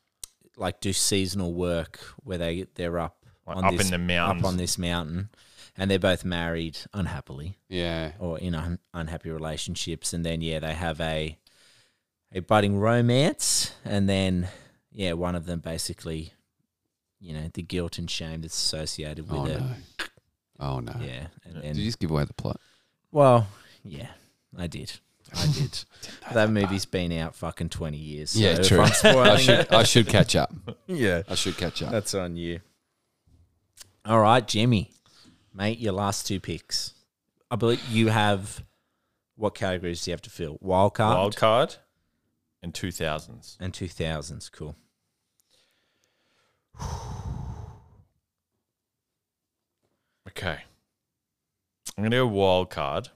Speaker 1: like do seasonal work where they they're up
Speaker 2: Like
Speaker 1: on
Speaker 2: up
Speaker 1: this,
Speaker 2: in the mountains.
Speaker 1: up on this mountain and they're both married unhappily
Speaker 3: Yeah.
Speaker 1: or in un- unhappy relationships and then yeah they have a a budding romance and then yeah one of them basically you know the guilt and shame that's associated with
Speaker 3: Oh
Speaker 1: it
Speaker 3: no. Oh no.
Speaker 1: yeah and then
Speaker 3: Did you just give away the plot?
Speaker 1: well, yeah, I did. I did. that movie's been out fucking 20 years. So
Speaker 3: yeah,
Speaker 1: if
Speaker 3: true. *laughs*
Speaker 1: I'm spoiling
Speaker 3: *laughs* I should,
Speaker 1: it- *laughs*
Speaker 3: I should catch up.
Speaker 1: yeah,
Speaker 3: I should catch up.
Speaker 1: that's on you. All right, Jimmy, mate, your last two picks. I believe you have what categories do you have to fill? Wild card
Speaker 2: Wild Card and two thousands.
Speaker 1: and 2000s. Cool.
Speaker 2: Okay. I'm going to go wild card.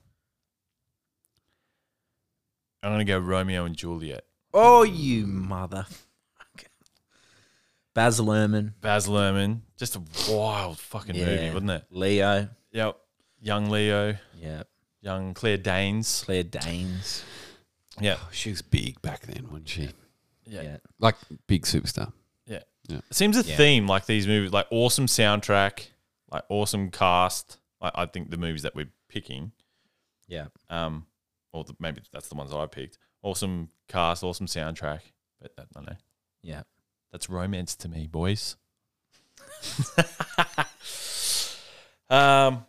Speaker 2: I'm going to go Romeo and Juliet.
Speaker 1: Oh, you mother. Baz Luhrmann,
Speaker 2: Baz Luhrmann, just a wild fucking movie,
Speaker 1: Yeah.
Speaker 2: wasn't it?
Speaker 1: Leo.
Speaker 2: Yep. Young Leo,
Speaker 1: Yeah.
Speaker 2: young Claire Danes.
Speaker 1: Claire Danes.
Speaker 2: Yeah.
Speaker 3: She was big back then, wasn't she?
Speaker 2: Yeah.
Speaker 1: Yeah.
Speaker 3: Like big superstar.
Speaker 2: It seems a
Speaker 1: Yeah.
Speaker 2: theme like these movies, like awesome soundtrack, like awesome cast. Like I think the movies that we're picking,
Speaker 1: Yeah.
Speaker 2: um, or the, maybe that's the ones I picked. Awesome cast, awesome soundtrack. But that, I don't know.
Speaker 1: Yeah.
Speaker 2: That's romance to me,
Speaker 3: *laughs*
Speaker 2: boys. um,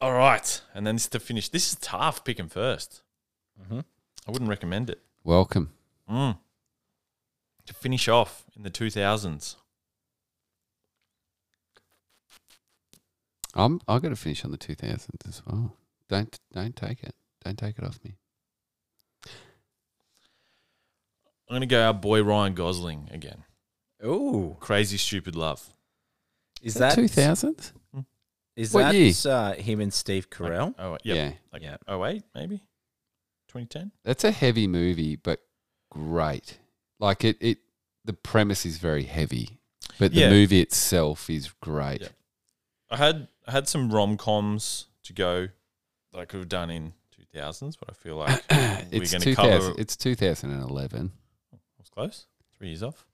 Speaker 2: all right, and then this to finish. This is tough picking first.
Speaker 3: Mm-hmm.
Speaker 1: Mhm.
Speaker 2: I wouldn't recommend it.
Speaker 3: Welcome.
Speaker 2: Mm. To finish off in the two thousands.
Speaker 3: I'm I got to finish on the 2000s as well. Don't don't take it. Don't take it off me.
Speaker 2: I'm gonna go our boy Ryan Gosling again.
Speaker 1: Ooh.
Speaker 2: Crazy Stupid Love.
Speaker 1: Is that
Speaker 3: 2000s?
Speaker 1: Is
Speaker 3: What
Speaker 1: that
Speaker 3: year?
Speaker 1: uh, him and Steve Carell?
Speaker 2: Oh yeah,
Speaker 3: Yeah.
Speaker 2: like
Speaker 1: Yeah.
Speaker 2: oh eight maybe, twenty ten.
Speaker 3: That's a heavy movie, but great. Like it it the premise is very heavy, but the
Speaker 2: Yeah.
Speaker 3: movie itself is great.
Speaker 2: Yeah. I had I had some rom coms to go that I could have done in two thousands, but I feel
Speaker 3: *clears throat*
Speaker 2: like we're
Speaker 3: it's
Speaker 2: gonna
Speaker 3: 2000
Speaker 2: cover. It
Speaker 3: it's 2011.
Speaker 2: was close. Three years off.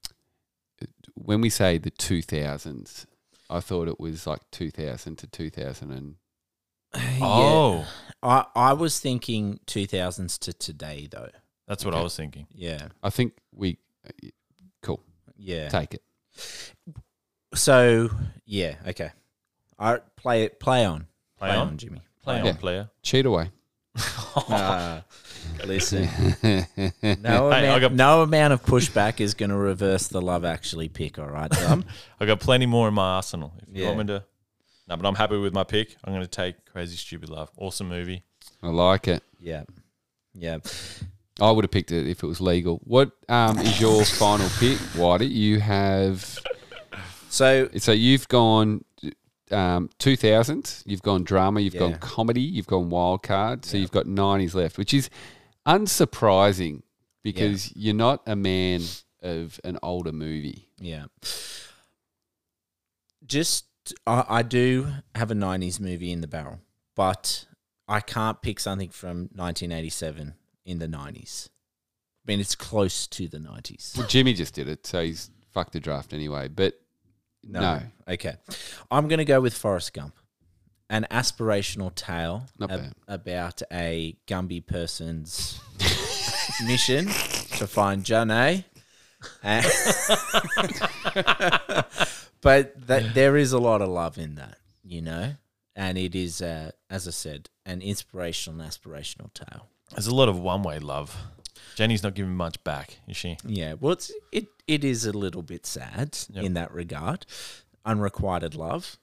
Speaker 3: When we say the 2000s, I thought it was like 2000 to 2000 and
Speaker 1: Uh,
Speaker 2: Oh,
Speaker 1: I, I was thinking 2000s to today, though.
Speaker 2: that's what I
Speaker 3: Okay.
Speaker 2: was thinking.
Speaker 1: Yeah.
Speaker 3: I think we
Speaker 1: Yeah.
Speaker 3: take it.
Speaker 1: So, yeah. Okay. I play it. Play on.
Speaker 2: Play on,
Speaker 1: Jimmy.
Speaker 2: play on,
Speaker 3: Yeah.
Speaker 2: player.
Speaker 3: Cheat away. *laughs*
Speaker 1: Ah, listen.
Speaker 3: no.
Speaker 1: No,
Speaker 2: Hey, I
Speaker 1: amount,
Speaker 2: got-
Speaker 1: no amount of pushback is going to reverse the love actually pick. All right, Dom.
Speaker 2: I got plenty more in my arsenal. If you
Speaker 1: Yeah.
Speaker 2: want me to, no, but I'm happy with my pick. I'm going to take Crazy Stupid Love. Awesome movie.
Speaker 3: I like it.
Speaker 1: yeah. Yeah.
Speaker 3: I would have picked it if it was legal. What um, is your final pick, Whitey? You have
Speaker 1: So,
Speaker 3: so you've gone um, two thousand. You've gone drama. You've gone
Speaker 1: Yeah.
Speaker 3: comedy. You've gone wild card. So you've got nineties left, which is unsurprising because you're not a man of an older movie.
Speaker 1: yeah. Just, I, I do have a 90s movie in the barrel, but I can't pick something from 1987 in the 90s. I mean, it's close to the 90s.
Speaker 3: Well, Jimmy just did it, so he's fucked the draft anyway. But no,
Speaker 1: Okay. I'm going to go with Forrest Gump. An aspirational tale
Speaker 3: Not
Speaker 1: ab-
Speaker 3: bad.
Speaker 1: about a Gumby person's mission to find John A. And- *laughs* but that there is a lot of love in that, you know? And it is, uh, as I said, an inspirational and aspirational tale.
Speaker 2: There's a lot of one way love. Jenny's not giving much back, is she?
Speaker 1: Yeah, well, it's it it is a little bit sad
Speaker 2: Yep.
Speaker 1: in that regard. Unrequited love.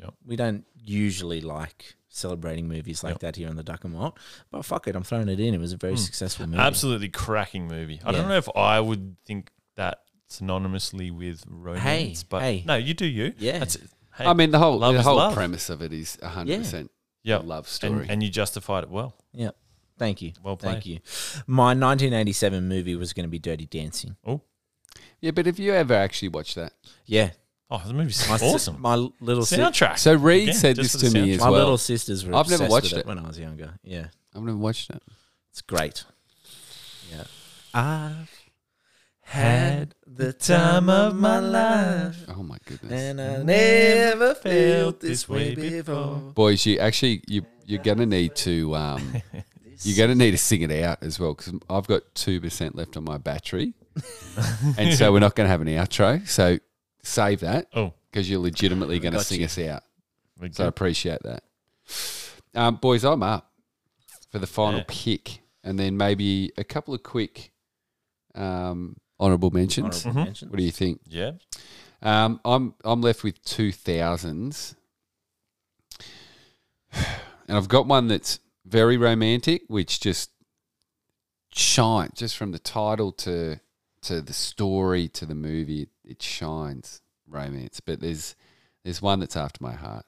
Speaker 2: Yep.
Speaker 1: We don't usually like celebrating movies like
Speaker 2: Yep.
Speaker 1: that here on the Duck and Malt, but fuck it, I'm throwing it in. It was a very successful movie.
Speaker 2: Absolutely cracking movie. I don't
Speaker 1: Yeah.
Speaker 2: know if I would think that synonymously with romance, but
Speaker 1: hey.
Speaker 2: no, you do you.
Speaker 1: Yeah.
Speaker 2: That's it. Hey,
Speaker 3: I mean the whole
Speaker 2: Love
Speaker 3: the
Speaker 2: is
Speaker 3: whole
Speaker 2: love.
Speaker 3: premise of it is hundred percent
Speaker 2: yeah,
Speaker 3: love story.
Speaker 2: and, and you justified it well.
Speaker 1: Yeah. Thank you.
Speaker 2: Well
Speaker 1: Thank you. My 1987 movie was going to be Dirty Dancing.
Speaker 3: yeah, but have you ever actually watched that?
Speaker 1: Yeah.
Speaker 2: Oh, the movie's
Speaker 1: My, s-
Speaker 2: awesome.
Speaker 1: My little si-
Speaker 2: soundtrack.
Speaker 3: So Reed
Speaker 2: Again,
Speaker 3: said
Speaker 2: just
Speaker 3: this
Speaker 2: for
Speaker 3: to
Speaker 2: the
Speaker 3: me
Speaker 2: soundtrack.
Speaker 3: as
Speaker 1: my
Speaker 3: well.
Speaker 1: little sisters were
Speaker 3: I've never
Speaker 1: obsessed with
Speaker 3: watched
Speaker 1: it,
Speaker 3: it.
Speaker 1: when I was younger. Yeah.
Speaker 3: I've never watched it.
Speaker 1: It's great. Yeah. I've had the time of my life.
Speaker 3: Oh my goodness,
Speaker 1: And I never felt this way before.
Speaker 3: boys! You actually you you're gonna need to um, you're gonna need to sing it out as well because I've got two percent left on my battery, and so we're not gonna have an outro. So save that
Speaker 2: Oh,
Speaker 3: because you're legitimately gonna
Speaker 1: Got
Speaker 3: sing
Speaker 1: you.
Speaker 3: us out.
Speaker 2: we
Speaker 3: So I
Speaker 2: go.
Speaker 3: appreciate that, um, boys. I'm up for the final
Speaker 2: Yeah.
Speaker 3: pick, and then maybe a couple of quick um, honourable mentions.
Speaker 1: Honorable mention.
Speaker 3: What do you think?
Speaker 2: yeah.
Speaker 3: Um, I'm I'm left with two thousands, and I've got one that's very romantic, which just shines just from the title to to the story to the movie. It shines romance, but there's there's one that's after my heart,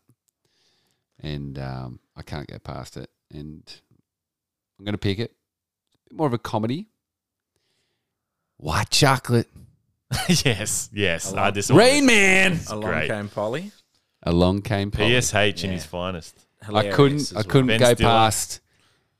Speaker 3: and um, I can't get past it. And I'm going to pick it. Bit more of a comedy. White chocolate,
Speaker 2: *laughs* yes, yes.
Speaker 1: I
Speaker 2: I
Speaker 1: love-
Speaker 2: just
Speaker 3: Rain Man.
Speaker 1: Along
Speaker 2: great.
Speaker 1: came Polly.
Speaker 3: Along came Polly.
Speaker 2: PSH in
Speaker 1: Yeah.
Speaker 2: his finest.
Speaker 3: I couldn't. I couldn't
Speaker 2: Ben
Speaker 3: go
Speaker 2: Stiller.
Speaker 3: past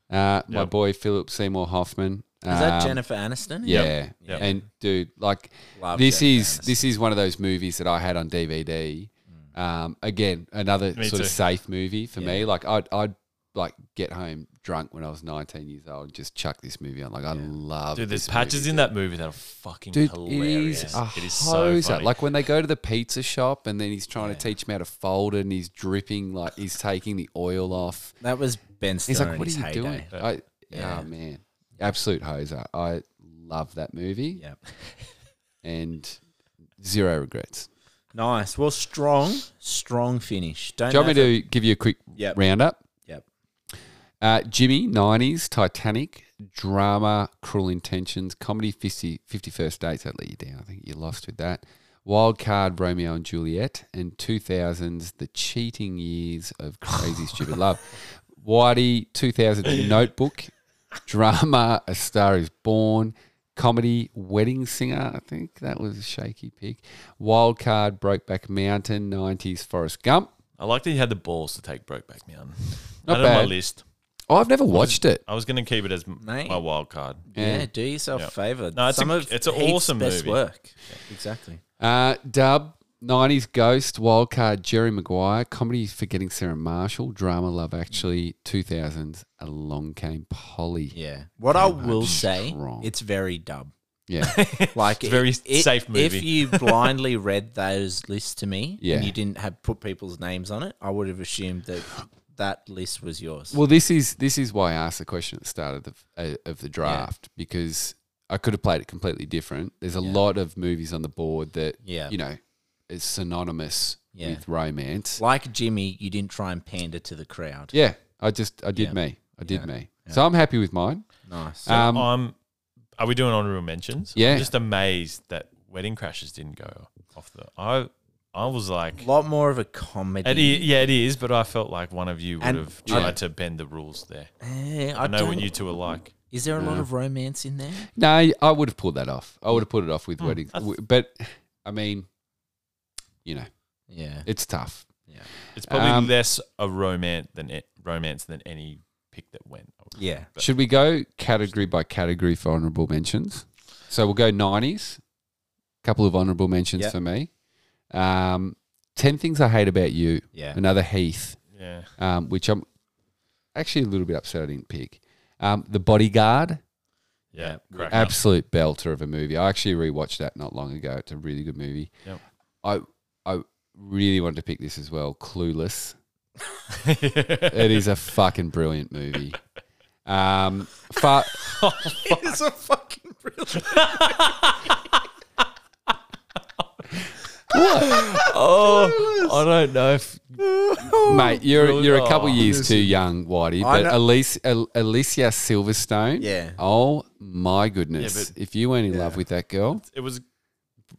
Speaker 3: uh, my
Speaker 2: Yep.
Speaker 3: boy Philip Seymour Hoffman.
Speaker 1: Is that
Speaker 3: Um,
Speaker 1: Jennifer Aniston?
Speaker 3: Yeah.
Speaker 2: Yep.
Speaker 3: And dude, like
Speaker 1: Love
Speaker 3: this
Speaker 1: Jennifer
Speaker 3: is
Speaker 1: Aniston. Mm.
Speaker 3: this is one of those movies that I had on DVD. Um, again, another
Speaker 2: Me
Speaker 3: sort of
Speaker 2: too.
Speaker 3: safe movie for me.
Speaker 1: Yeah.
Speaker 3: Like I'd I'd like get home drunk when I was 19 years old and just chuck this movie on. Like I love
Speaker 2: Dude, there's
Speaker 3: this
Speaker 2: patches
Speaker 3: movie.
Speaker 2: in that movie that are fucking
Speaker 3: Dude,
Speaker 2: hilarious.
Speaker 3: it is a
Speaker 2: it is so
Speaker 3: hoser.
Speaker 2: funny.
Speaker 3: Like when they go to the pizza shop and then he's trying to teach him how to fold it and he's dripping like he's taking the oil off.
Speaker 1: That was Ben Stiller.
Speaker 3: He's like,
Speaker 1: in
Speaker 3: "What are
Speaker 1: his
Speaker 3: you
Speaker 1: heyday.
Speaker 3: doing?" I, Oh man, absolute hoser. I love that movie
Speaker 1: Yeah.
Speaker 3: and zero regrets.
Speaker 1: Nice. Well, strong, strong finish. Don't
Speaker 3: Do you want
Speaker 1: know
Speaker 3: me to give you a quick
Speaker 1: Yep.
Speaker 3: roundup?
Speaker 1: if- Yep.
Speaker 3: Uh, Jimmy, 90s, Titanic, drama, Cruel Intentions, comedy, 50, 51st Dates. That let you down. I think you lost with that. Wild Card, Romeo and Juliet, and 2000s, The Cheating Years of Crazy Stupid *laughs* Love. Whitey, 2000, Notebook, drama, A Star is Born, comedy, Wedding Singer. I think that was a shaky pick. Wild Card, Brokeback Mountain, 90s, Forrest Gump.
Speaker 2: I like that you had the balls to take Brokeback Mountain.
Speaker 3: Not
Speaker 2: Not on my
Speaker 3: bad.
Speaker 2: list.
Speaker 3: Oh, I've never watched it.
Speaker 2: I was going to keep it as m-
Speaker 1: Mate.
Speaker 2: my wild card.
Speaker 1: Yeah.
Speaker 3: Yeah.
Speaker 1: do yourself
Speaker 2: Yeah.
Speaker 1: a favor.
Speaker 2: No, it's
Speaker 1: Some
Speaker 2: a-
Speaker 1: of
Speaker 2: it's a
Speaker 1: Heath's
Speaker 2: awesome
Speaker 1: best
Speaker 2: movie.
Speaker 1: work. Exactly.
Speaker 3: Uh, dub, 90s Ghost, Wildcard, Jerry Maguire, comedy Forgetting Sarah Marshall, drama Love Actually, 2000s Along Came Polly.
Speaker 1: Yeah. What I will say,
Speaker 3: strong.
Speaker 1: it's very dub.
Speaker 3: Yeah. *laughs*
Speaker 2: *laughs*
Speaker 1: Like
Speaker 2: It's a very
Speaker 1: it-
Speaker 2: safe
Speaker 1: If
Speaker 2: movie. *laughs*
Speaker 1: you blindly read those lists to me
Speaker 3: Yeah.
Speaker 1: and you didn't have put people's names on it, I would have assumed that that list was yours.
Speaker 3: well, this is this is why I asked the question at the start of the uh, of the draft because I could have played it completely different. There's a lot of movies on the board that
Speaker 1: Yeah.
Speaker 3: you know is synonymous
Speaker 1: Yeah.
Speaker 3: with romance.
Speaker 1: like Jimmy, you didn't try and pander to the crowd.
Speaker 3: Yeah, I just I did
Speaker 1: Yeah.
Speaker 3: me. I did
Speaker 1: Yeah.
Speaker 3: me. So I'm happy with mine.
Speaker 1: Nice.
Speaker 2: Uh,
Speaker 3: um,
Speaker 2: I'm. Are we doing honorable mentions?
Speaker 3: Yeah.
Speaker 2: I'm just amazed that Wedding Crashes didn't go off the. I I was like,
Speaker 1: a lot more of a comedy.
Speaker 2: it i- yeah, it is, but I felt like one of you would
Speaker 1: And-
Speaker 2: have
Speaker 3: Yeah.
Speaker 2: tried to bend the rules there.
Speaker 1: Eh, I,
Speaker 2: I know what
Speaker 1: don't-
Speaker 2: you two are like.
Speaker 1: Is there a lot of romance in there?
Speaker 3: No, I would have pulled that off. I would have pulled it off with weddings,
Speaker 2: Hmm. that's-
Speaker 3: w- but I mean, you know,
Speaker 1: Yeah.
Speaker 3: it's tough.
Speaker 2: It's probably
Speaker 3: Um,
Speaker 2: less a romance than it, romance than any pick that went.
Speaker 1: Yeah.
Speaker 2: But-
Speaker 3: Should we go category by category for honourable mentions? So we'll go nineties. Couple of honourable mentions
Speaker 1: Yep.
Speaker 3: for me. Um, Ten things I hate about you.
Speaker 1: Yeah.
Speaker 2: *laughs*
Speaker 3: Another Heath,
Speaker 2: Yeah,
Speaker 3: um, which I'm actually a little bit upset I didn't pick. Um, the Bodyguard,
Speaker 2: yeah,
Speaker 1: Yeah.
Speaker 2: correct.
Speaker 3: absolute belter of a movie. I actually rewatched that not long ago. It's a really good movie.
Speaker 2: Yep.
Speaker 3: I I really wanted to pick this as well.
Speaker 2: *laughs*
Speaker 3: Clueless. It is a fucking brilliant movie. Um, far,
Speaker 1: It is a fucking brilliant.
Speaker 2: oh, I don't know if
Speaker 3: mate, you're
Speaker 2: Clueless.
Speaker 3: you're a couple
Speaker 2: Oh,
Speaker 3: years too young, Whitey.
Speaker 1: I
Speaker 3: But
Speaker 1: know-
Speaker 3: Alicia, Al- Alicia Silverstone.
Speaker 1: Yeah.
Speaker 3: Oh my goodness!
Speaker 2: Yeah,
Speaker 3: if you weren't in love with that girl,
Speaker 2: it was a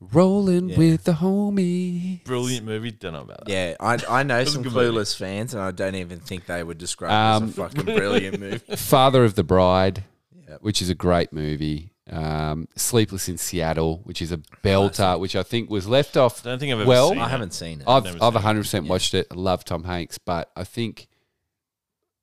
Speaker 3: rolling
Speaker 1: Yeah.
Speaker 3: with the homie.
Speaker 2: brilliant movie. Don't know about that.
Speaker 1: Yeah, I, I
Speaker 2: *laughs*
Speaker 1: know
Speaker 2: was a
Speaker 1: some
Speaker 2: good movie.
Speaker 1: clueless fans, and I don't even think they would describe it
Speaker 3: Um,
Speaker 1: as a fucking brilliant
Speaker 2: *laughs*
Speaker 1: movie.
Speaker 3: Father of the Bride,
Speaker 1: Yep.
Speaker 3: which is a great movie. Um, Sleepless in Seattle, which is a belter, which I think was left off.
Speaker 2: I don't think I've ever
Speaker 3: Well,
Speaker 2: seen
Speaker 1: I
Speaker 2: it.
Speaker 1: haven't seen it.
Speaker 3: I've
Speaker 2: never
Speaker 3: I've
Speaker 2: seen it.
Speaker 3: 100 percent watched it. I love Tom Hanks, but I think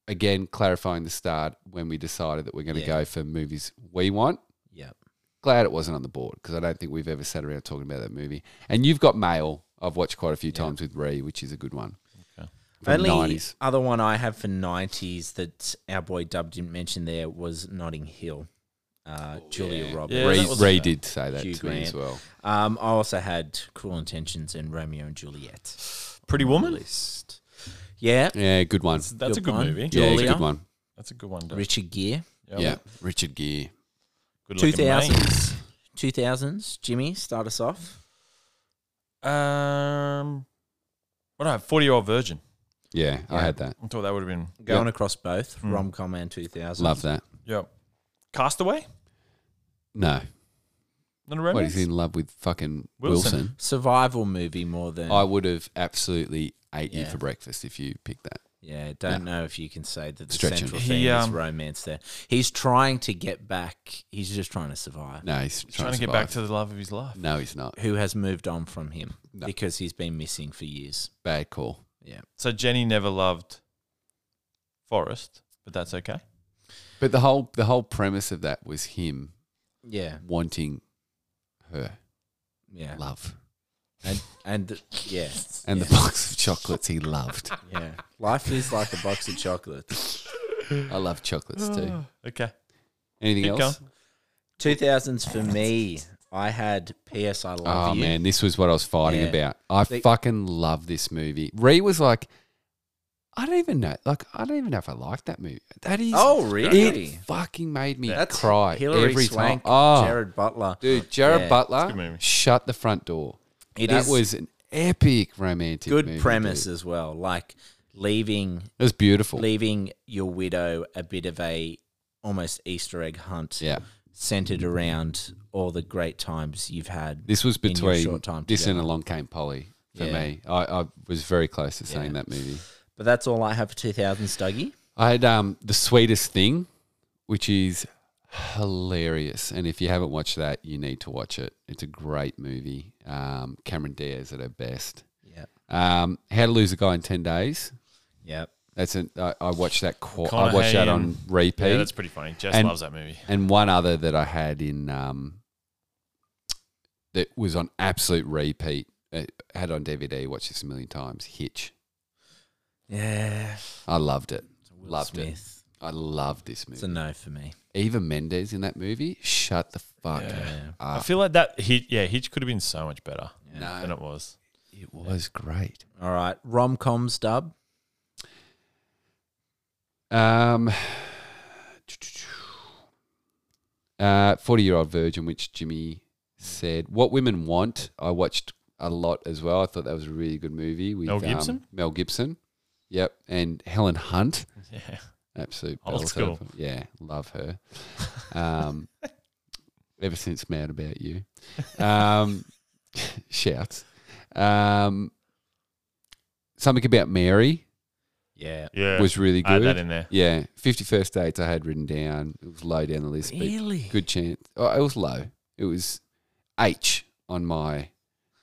Speaker 3: again clarifying the start when we decided that we're going to
Speaker 1: Yeah.
Speaker 3: go for movies we want.
Speaker 1: yep.
Speaker 3: Glad it wasn't on the board because I don't think we've ever sat around talking about that movie. And you've got Mail. I've watched quite a few times with Ree, which is a good one.
Speaker 2: Okay.
Speaker 3: From
Speaker 1: Only
Speaker 3: 90s.
Speaker 1: other one I have for nineties that our boy Dub didn't mention there was Notting Hill. Uh, Julia
Speaker 3: yeah.
Speaker 1: Roberts.
Speaker 2: Oh, Yeah,
Speaker 3: Ree,
Speaker 2: that was-
Speaker 3: Ree did say that
Speaker 1: Hugh
Speaker 3: to me as
Speaker 1: Grant.
Speaker 3: well.
Speaker 1: Um, I also had Cruel Intentions and Romeo and Juliet.
Speaker 2: Pretty
Speaker 1: on my
Speaker 2: Woman.
Speaker 1: list. Yeah,
Speaker 3: Yeah, good one.
Speaker 2: That's a
Speaker 1: Good
Speaker 2: good
Speaker 1: one.
Speaker 2: movie.
Speaker 3: Yeah,
Speaker 1: Julia.
Speaker 3: good one.
Speaker 2: That's a good one. Dave.
Speaker 1: Richard Gere.
Speaker 3: Yeah, Richard Gere.
Speaker 2: Good
Speaker 1: Two
Speaker 2: looking mate.
Speaker 1: thousands. Two thousands. Jimmy, start us off.
Speaker 2: Um, what do I have? Forty year old virgin.
Speaker 3: Yeah, I
Speaker 1: Yeah.
Speaker 3: had that.
Speaker 2: I thought that would have been.
Speaker 1: Going across both
Speaker 2: Mm.
Speaker 1: rom com and two thousand.
Speaker 3: Hmm. Love that.
Speaker 2: Yep. Castaway.
Speaker 3: No,
Speaker 2: Not a
Speaker 3: what
Speaker 2: romance.
Speaker 3: he's in love with fucking
Speaker 2: Wilson.
Speaker 3: Wilson.
Speaker 1: survival movie more than
Speaker 3: I would have absolutely ate you
Speaker 1: Yeah.
Speaker 3: for breakfast if you picked that.
Speaker 1: Yeah, don't know if you can say that the
Speaker 3: Stretching.
Speaker 1: central
Speaker 2: He,
Speaker 1: theme is
Speaker 2: um,
Speaker 1: romance. There, he's trying to get back. He's just trying to survive.
Speaker 3: No, he's trying,
Speaker 2: trying to get back to the love of his life.
Speaker 3: No, he's not.
Speaker 1: Who has moved on from him
Speaker 3: No.
Speaker 1: because he's been missing for years.
Speaker 3: Bad call.
Speaker 1: Yeah,
Speaker 2: So Jenny never loved Forrest, but that's okay.
Speaker 3: But the whole the whole premise of that was him
Speaker 1: yeah,
Speaker 3: wanting her
Speaker 1: yeah,
Speaker 3: love
Speaker 1: and *laughs* and yeah,
Speaker 3: and the box of chocolates he loved.
Speaker 1: yeah. Life is like a box of chocolates.
Speaker 3: I love chocolates
Speaker 2: *sighs*
Speaker 3: too.
Speaker 2: Okay.
Speaker 3: Anything
Speaker 2: Keep
Speaker 3: else?
Speaker 1: Two thousands for me. I had P.S. I love
Speaker 3: Oh
Speaker 1: you.
Speaker 3: man, this was what I was fighting
Speaker 1: Yeah.
Speaker 3: about. I
Speaker 1: They-
Speaker 3: fucking love this movie. Ree was like, I don't even know. Like, I don't even know if I like that movie. That is,
Speaker 1: Oh
Speaker 3: it
Speaker 1: really?
Speaker 3: fucking made me
Speaker 1: That's
Speaker 3: cry
Speaker 1: Hilary
Speaker 3: every
Speaker 1: Swank,
Speaker 3: time. Oh,
Speaker 1: Jared Butler.
Speaker 3: dude, Jared
Speaker 1: Yeah.
Speaker 2: It's a good
Speaker 3: Butler,
Speaker 2: movie.
Speaker 3: shut the front door.
Speaker 1: It
Speaker 3: that
Speaker 1: is
Speaker 3: was an epic romantic.
Speaker 1: good
Speaker 3: movie,
Speaker 1: premise
Speaker 3: dude.
Speaker 1: as well. Like leaving
Speaker 3: It was beautiful.
Speaker 1: leaving your widow a bit of a almost Easter egg hunt
Speaker 3: Yeah,
Speaker 1: centered around all the great times you've had.
Speaker 3: this was
Speaker 1: In your
Speaker 3: between
Speaker 1: short time
Speaker 3: this and
Speaker 1: together.
Speaker 3: Along Came Polly for
Speaker 1: Yeah.
Speaker 3: me. I, I was very close to saying
Speaker 1: Yeah.
Speaker 3: that movie.
Speaker 1: But that's all I have for 2000s, Dougie.
Speaker 3: I had um, the sweetest thing, which is hilarious. And if you haven't watched that, you need to watch it. It's a great movie. Um, Cameron Diaz at her best.
Speaker 1: Yep.
Speaker 3: Um, How to Lose a Guy in Ten Days.
Speaker 1: Yep.
Speaker 3: That's an, I, I watched that. Qu- I watched that on repeat.
Speaker 2: Yeah, that's pretty funny. Jess
Speaker 3: And-
Speaker 2: loves that movie.
Speaker 3: and one other that I had in um, that was on absolute repeat. uh had on DVD. Watched this a million times. Hitch.
Speaker 1: Yeah.
Speaker 3: I loved it.
Speaker 1: Will
Speaker 3: Loved it.
Speaker 1: Smith.
Speaker 3: I loved this
Speaker 1: It's a
Speaker 3: movie.
Speaker 1: no for me.
Speaker 3: Eva Mendes in that movie. Shut the fuck
Speaker 2: Yeah.
Speaker 1: Yeah.
Speaker 2: I
Speaker 3: up.
Speaker 2: feel like that Hitch, yeah, Hitch could have been so much better
Speaker 3: No.
Speaker 2: than it was.
Speaker 3: It was great.
Speaker 1: All right. Rom coms dub.
Speaker 3: Um, *sighs* uh, forty-year-old virgin, which Jimmy said, "What women want." I watched a lot as well. I thought that was a really good movie with
Speaker 2: Mel Gibson?
Speaker 3: Um, Mel Gibson, yep, and Helen Hunt,
Speaker 2: Yeah.
Speaker 3: absolute
Speaker 2: Old
Speaker 3: belter.
Speaker 2: school.
Speaker 3: Yeah, love her.
Speaker 2: *laughs*
Speaker 3: Um, ever since Mad About You, um, *laughs* shouts. Um, something about Mary
Speaker 1: Yeah.
Speaker 2: Yeah.
Speaker 3: was really good.
Speaker 2: Add that in there.
Speaker 3: Yeah, fifty first dates I had written down. It was low down the list,
Speaker 1: Really?
Speaker 3: but good chance. Oh, it was low. It was H on my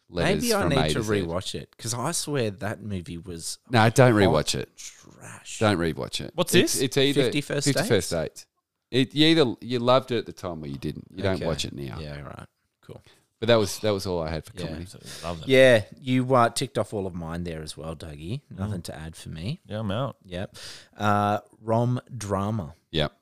Speaker 3: letters.
Speaker 1: Maybe I
Speaker 3: from
Speaker 1: need
Speaker 3: A
Speaker 1: to
Speaker 3: Z.
Speaker 1: rewatch it because I swear that movie was
Speaker 3: No, don't rewatch it.
Speaker 1: trash.
Speaker 3: Don't rewatch it.
Speaker 2: What's
Speaker 3: it's,
Speaker 2: this?
Speaker 3: It's either
Speaker 1: 51st Dates?
Speaker 3: First dates. It, you either you loved it at the time or you didn't. You don't
Speaker 1: Okay.
Speaker 3: watch it now.
Speaker 1: Yeah, right. Cool.
Speaker 3: But that was that was all I had for
Speaker 1: Yeah.
Speaker 3: comedy.
Speaker 2: Absolutely Love that. Yeah.
Speaker 1: Yeah, you uh, ticked off all of mine there as well, Dougie. Nothing
Speaker 3: Mm.
Speaker 1: to add for me.
Speaker 2: I'm out.
Speaker 1: Yep. Uh, rom drama.
Speaker 3: Yep.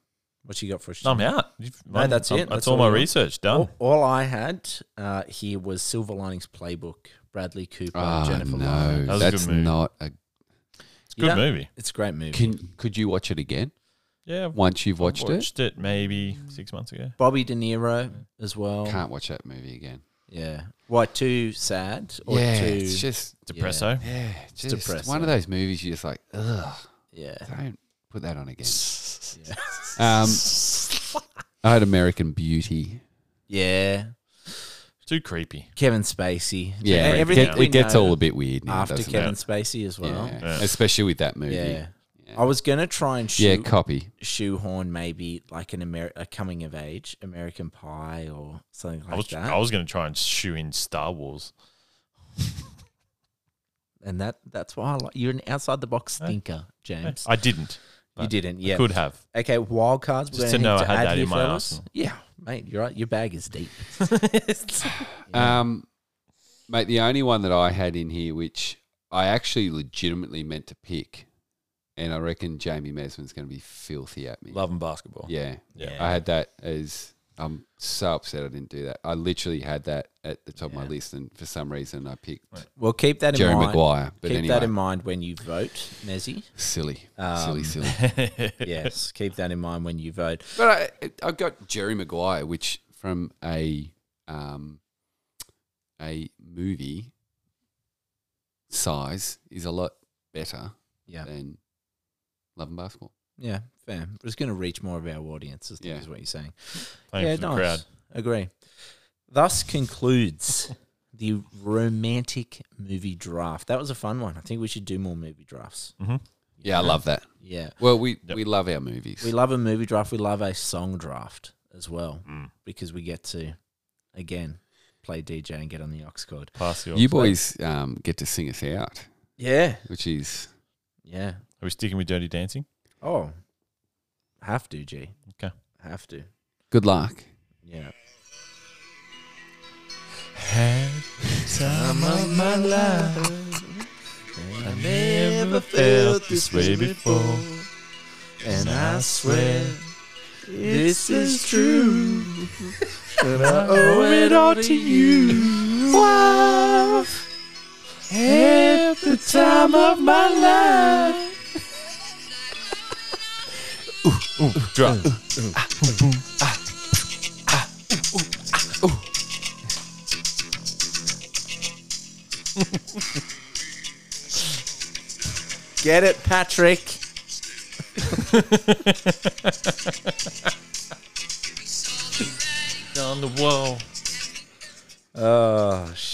Speaker 1: What you got for us?
Speaker 2: I'm out. You've-
Speaker 1: No,
Speaker 2: I'm-
Speaker 1: that's
Speaker 2: I'm-
Speaker 1: it.
Speaker 2: That's
Speaker 1: That's
Speaker 2: all
Speaker 1: all
Speaker 2: my
Speaker 1: we want.
Speaker 2: research done.
Speaker 1: All, all I had uh, here was Silver Linings Playbook. Bradley Cooper,
Speaker 3: Oh,
Speaker 1: Jennifer
Speaker 3: no,
Speaker 1: Lawrence.
Speaker 2: That was a
Speaker 3: that's
Speaker 2: good movie.
Speaker 3: not a.
Speaker 1: You
Speaker 2: Good
Speaker 1: don't-
Speaker 2: movie.
Speaker 1: It's a great movie.
Speaker 3: Can could you watch it again
Speaker 2: Yeah. I've
Speaker 3: once you've watched,
Speaker 2: watched it maybe six months ago.
Speaker 1: Bobby De Niro as well.
Speaker 3: it? Can't watch that movie again.
Speaker 1: Yeah. Why too sad or
Speaker 3: yeah,
Speaker 1: too?
Speaker 3: it's just
Speaker 2: Depresso.
Speaker 3: Yeah, just
Speaker 1: depressing.
Speaker 3: one of those movies you're just like, ugh,
Speaker 1: yeah.
Speaker 3: don't put that on again.
Speaker 1: *laughs* Yeah.
Speaker 3: Um, I had American Beauty.
Speaker 1: Yeah.
Speaker 2: Too creepy.
Speaker 1: Kevin Spacey.
Speaker 3: Yeah,
Speaker 1: E-
Speaker 3: it,
Speaker 1: everything
Speaker 3: get-
Speaker 1: we
Speaker 3: it gets
Speaker 1: know
Speaker 3: all a bit weird now,
Speaker 1: after
Speaker 3: doesn't
Speaker 1: Kevin
Speaker 2: it?
Speaker 1: Spacey as
Speaker 3: it?
Speaker 1: well.
Speaker 3: Yeah.
Speaker 2: Yeah.
Speaker 3: especially with that movie.
Speaker 1: Yeah.
Speaker 3: Yeah,
Speaker 1: I was gonna try and shoot
Speaker 3: copy.
Speaker 1: shoehorn maybe like an Amer- a coming of age American Pie or something like
Speaker 2: I was
Speaker 1: that,
Speaker 2: I was going to try and shoe in Star Wars.
Speaker 1: and that that's why I like. You're an outside the box thinker, James.
Speaker 2: I didn't.
Speaker 1: you
Speaker 2: but
Speaker 1: didn't,
Speaker 2: I
Speaker 1: yeah.
Speaker 2: Could have.
Speaker 1: Okay, wild cards. we
Speaker 2: Just
Speaker 1: got
Speaker 2: to
Speaker 1: anything
Speaker 2: know I had
Speaker 1: add
Speaker 2: that
Speaker 1: here,
Speaker 2: in my
Speaker 1: fellas?
Speaker 2: arsenal.
Speaker 1: Yeah, mate, you're right. Your bag is
Speaker 2: *laughs*
Speaker 1: deep. *laughs*
Speaker 3: Um, mate, the only one that I had in here, which I actually legitimately meant to pick, and I reckon Jamie Mesman's going to be filthy at me.
Speaker 2: Love and basketball.
Speaker 3: Yeah,
Speaker 2: Yeah.
Speaker 3: I had that as I'm so upset I didn't do that. I literally had that at the top of my
Speaker 1: Yeah.
Speaker 3: list, and for some reason I picked
Speaker 1: Well, keep that in
Speaker 3: Jerry
Speaker 1: mind.
Speaker 3: Maguire. But
Speaker 1: keep
Speaker 3: anyway,
Speaker 1: that in mind when you vote, Mezzi.
Speaker 3: silly,
Speaker 1: Um,
Speaker 3: silly, silly.
Speaker 1: *laughs* Yes, keep that in mind when you vote.
Speaker 3: But I, I got Jerry Maguire, which from a um, a movie size is a lot better
Speaker 1: Yeah,
Speaker 3: than Love and Basketball.
Speaker 1: yeah, fair. But it's going to reach more of our audiences.
Speaker 3: Yeah.
Speaker 1: Is what you're saying.
Speaker 2: *laughs* Playing for the crowd.
Speaker 1: Agree. Thus concludes *laughs* the romantic movie draft. That was a fun one. I think we should do more movie drafts.
Speaker 2: Mhm.
Speaker 3: Yeah, I love that.
Speaker 1: Yeah.
Speaker 3: Well, we we love our movies.
Speaker 1: We love a movie draft. We love a song draft as well
Speaker 2: Mm,
Speaker 1: because we get to, again, play DJ and get on the Ox chord.
Speaker 2: Pass the
Speaker 3: you
Speaker 2: ox.
Speaker 3: boys um, get to sing us out,
Speaker 1: Yeah.
Speaker 3: which is
Speaker 1: Yeah.
Speaker 2: Are we sticking with Dirty Dancing?
Speaker 1: Oh, have to, G.
Speaker 2: Okay.
Speaker 1: Have to.
Speaker 3: good luck.
Speaker 1: Yeah.
Speaker 2: Time of my life. I never
Speaker 1: felt this way before. And I swear this is true. *laughs* And I owe it all to you. Wife, at the time of my life.
Speaker 2: Drop.
Speaker 1: Get it, Patrick.
Speaker 2: on the wall.
Speaker 1: Oh,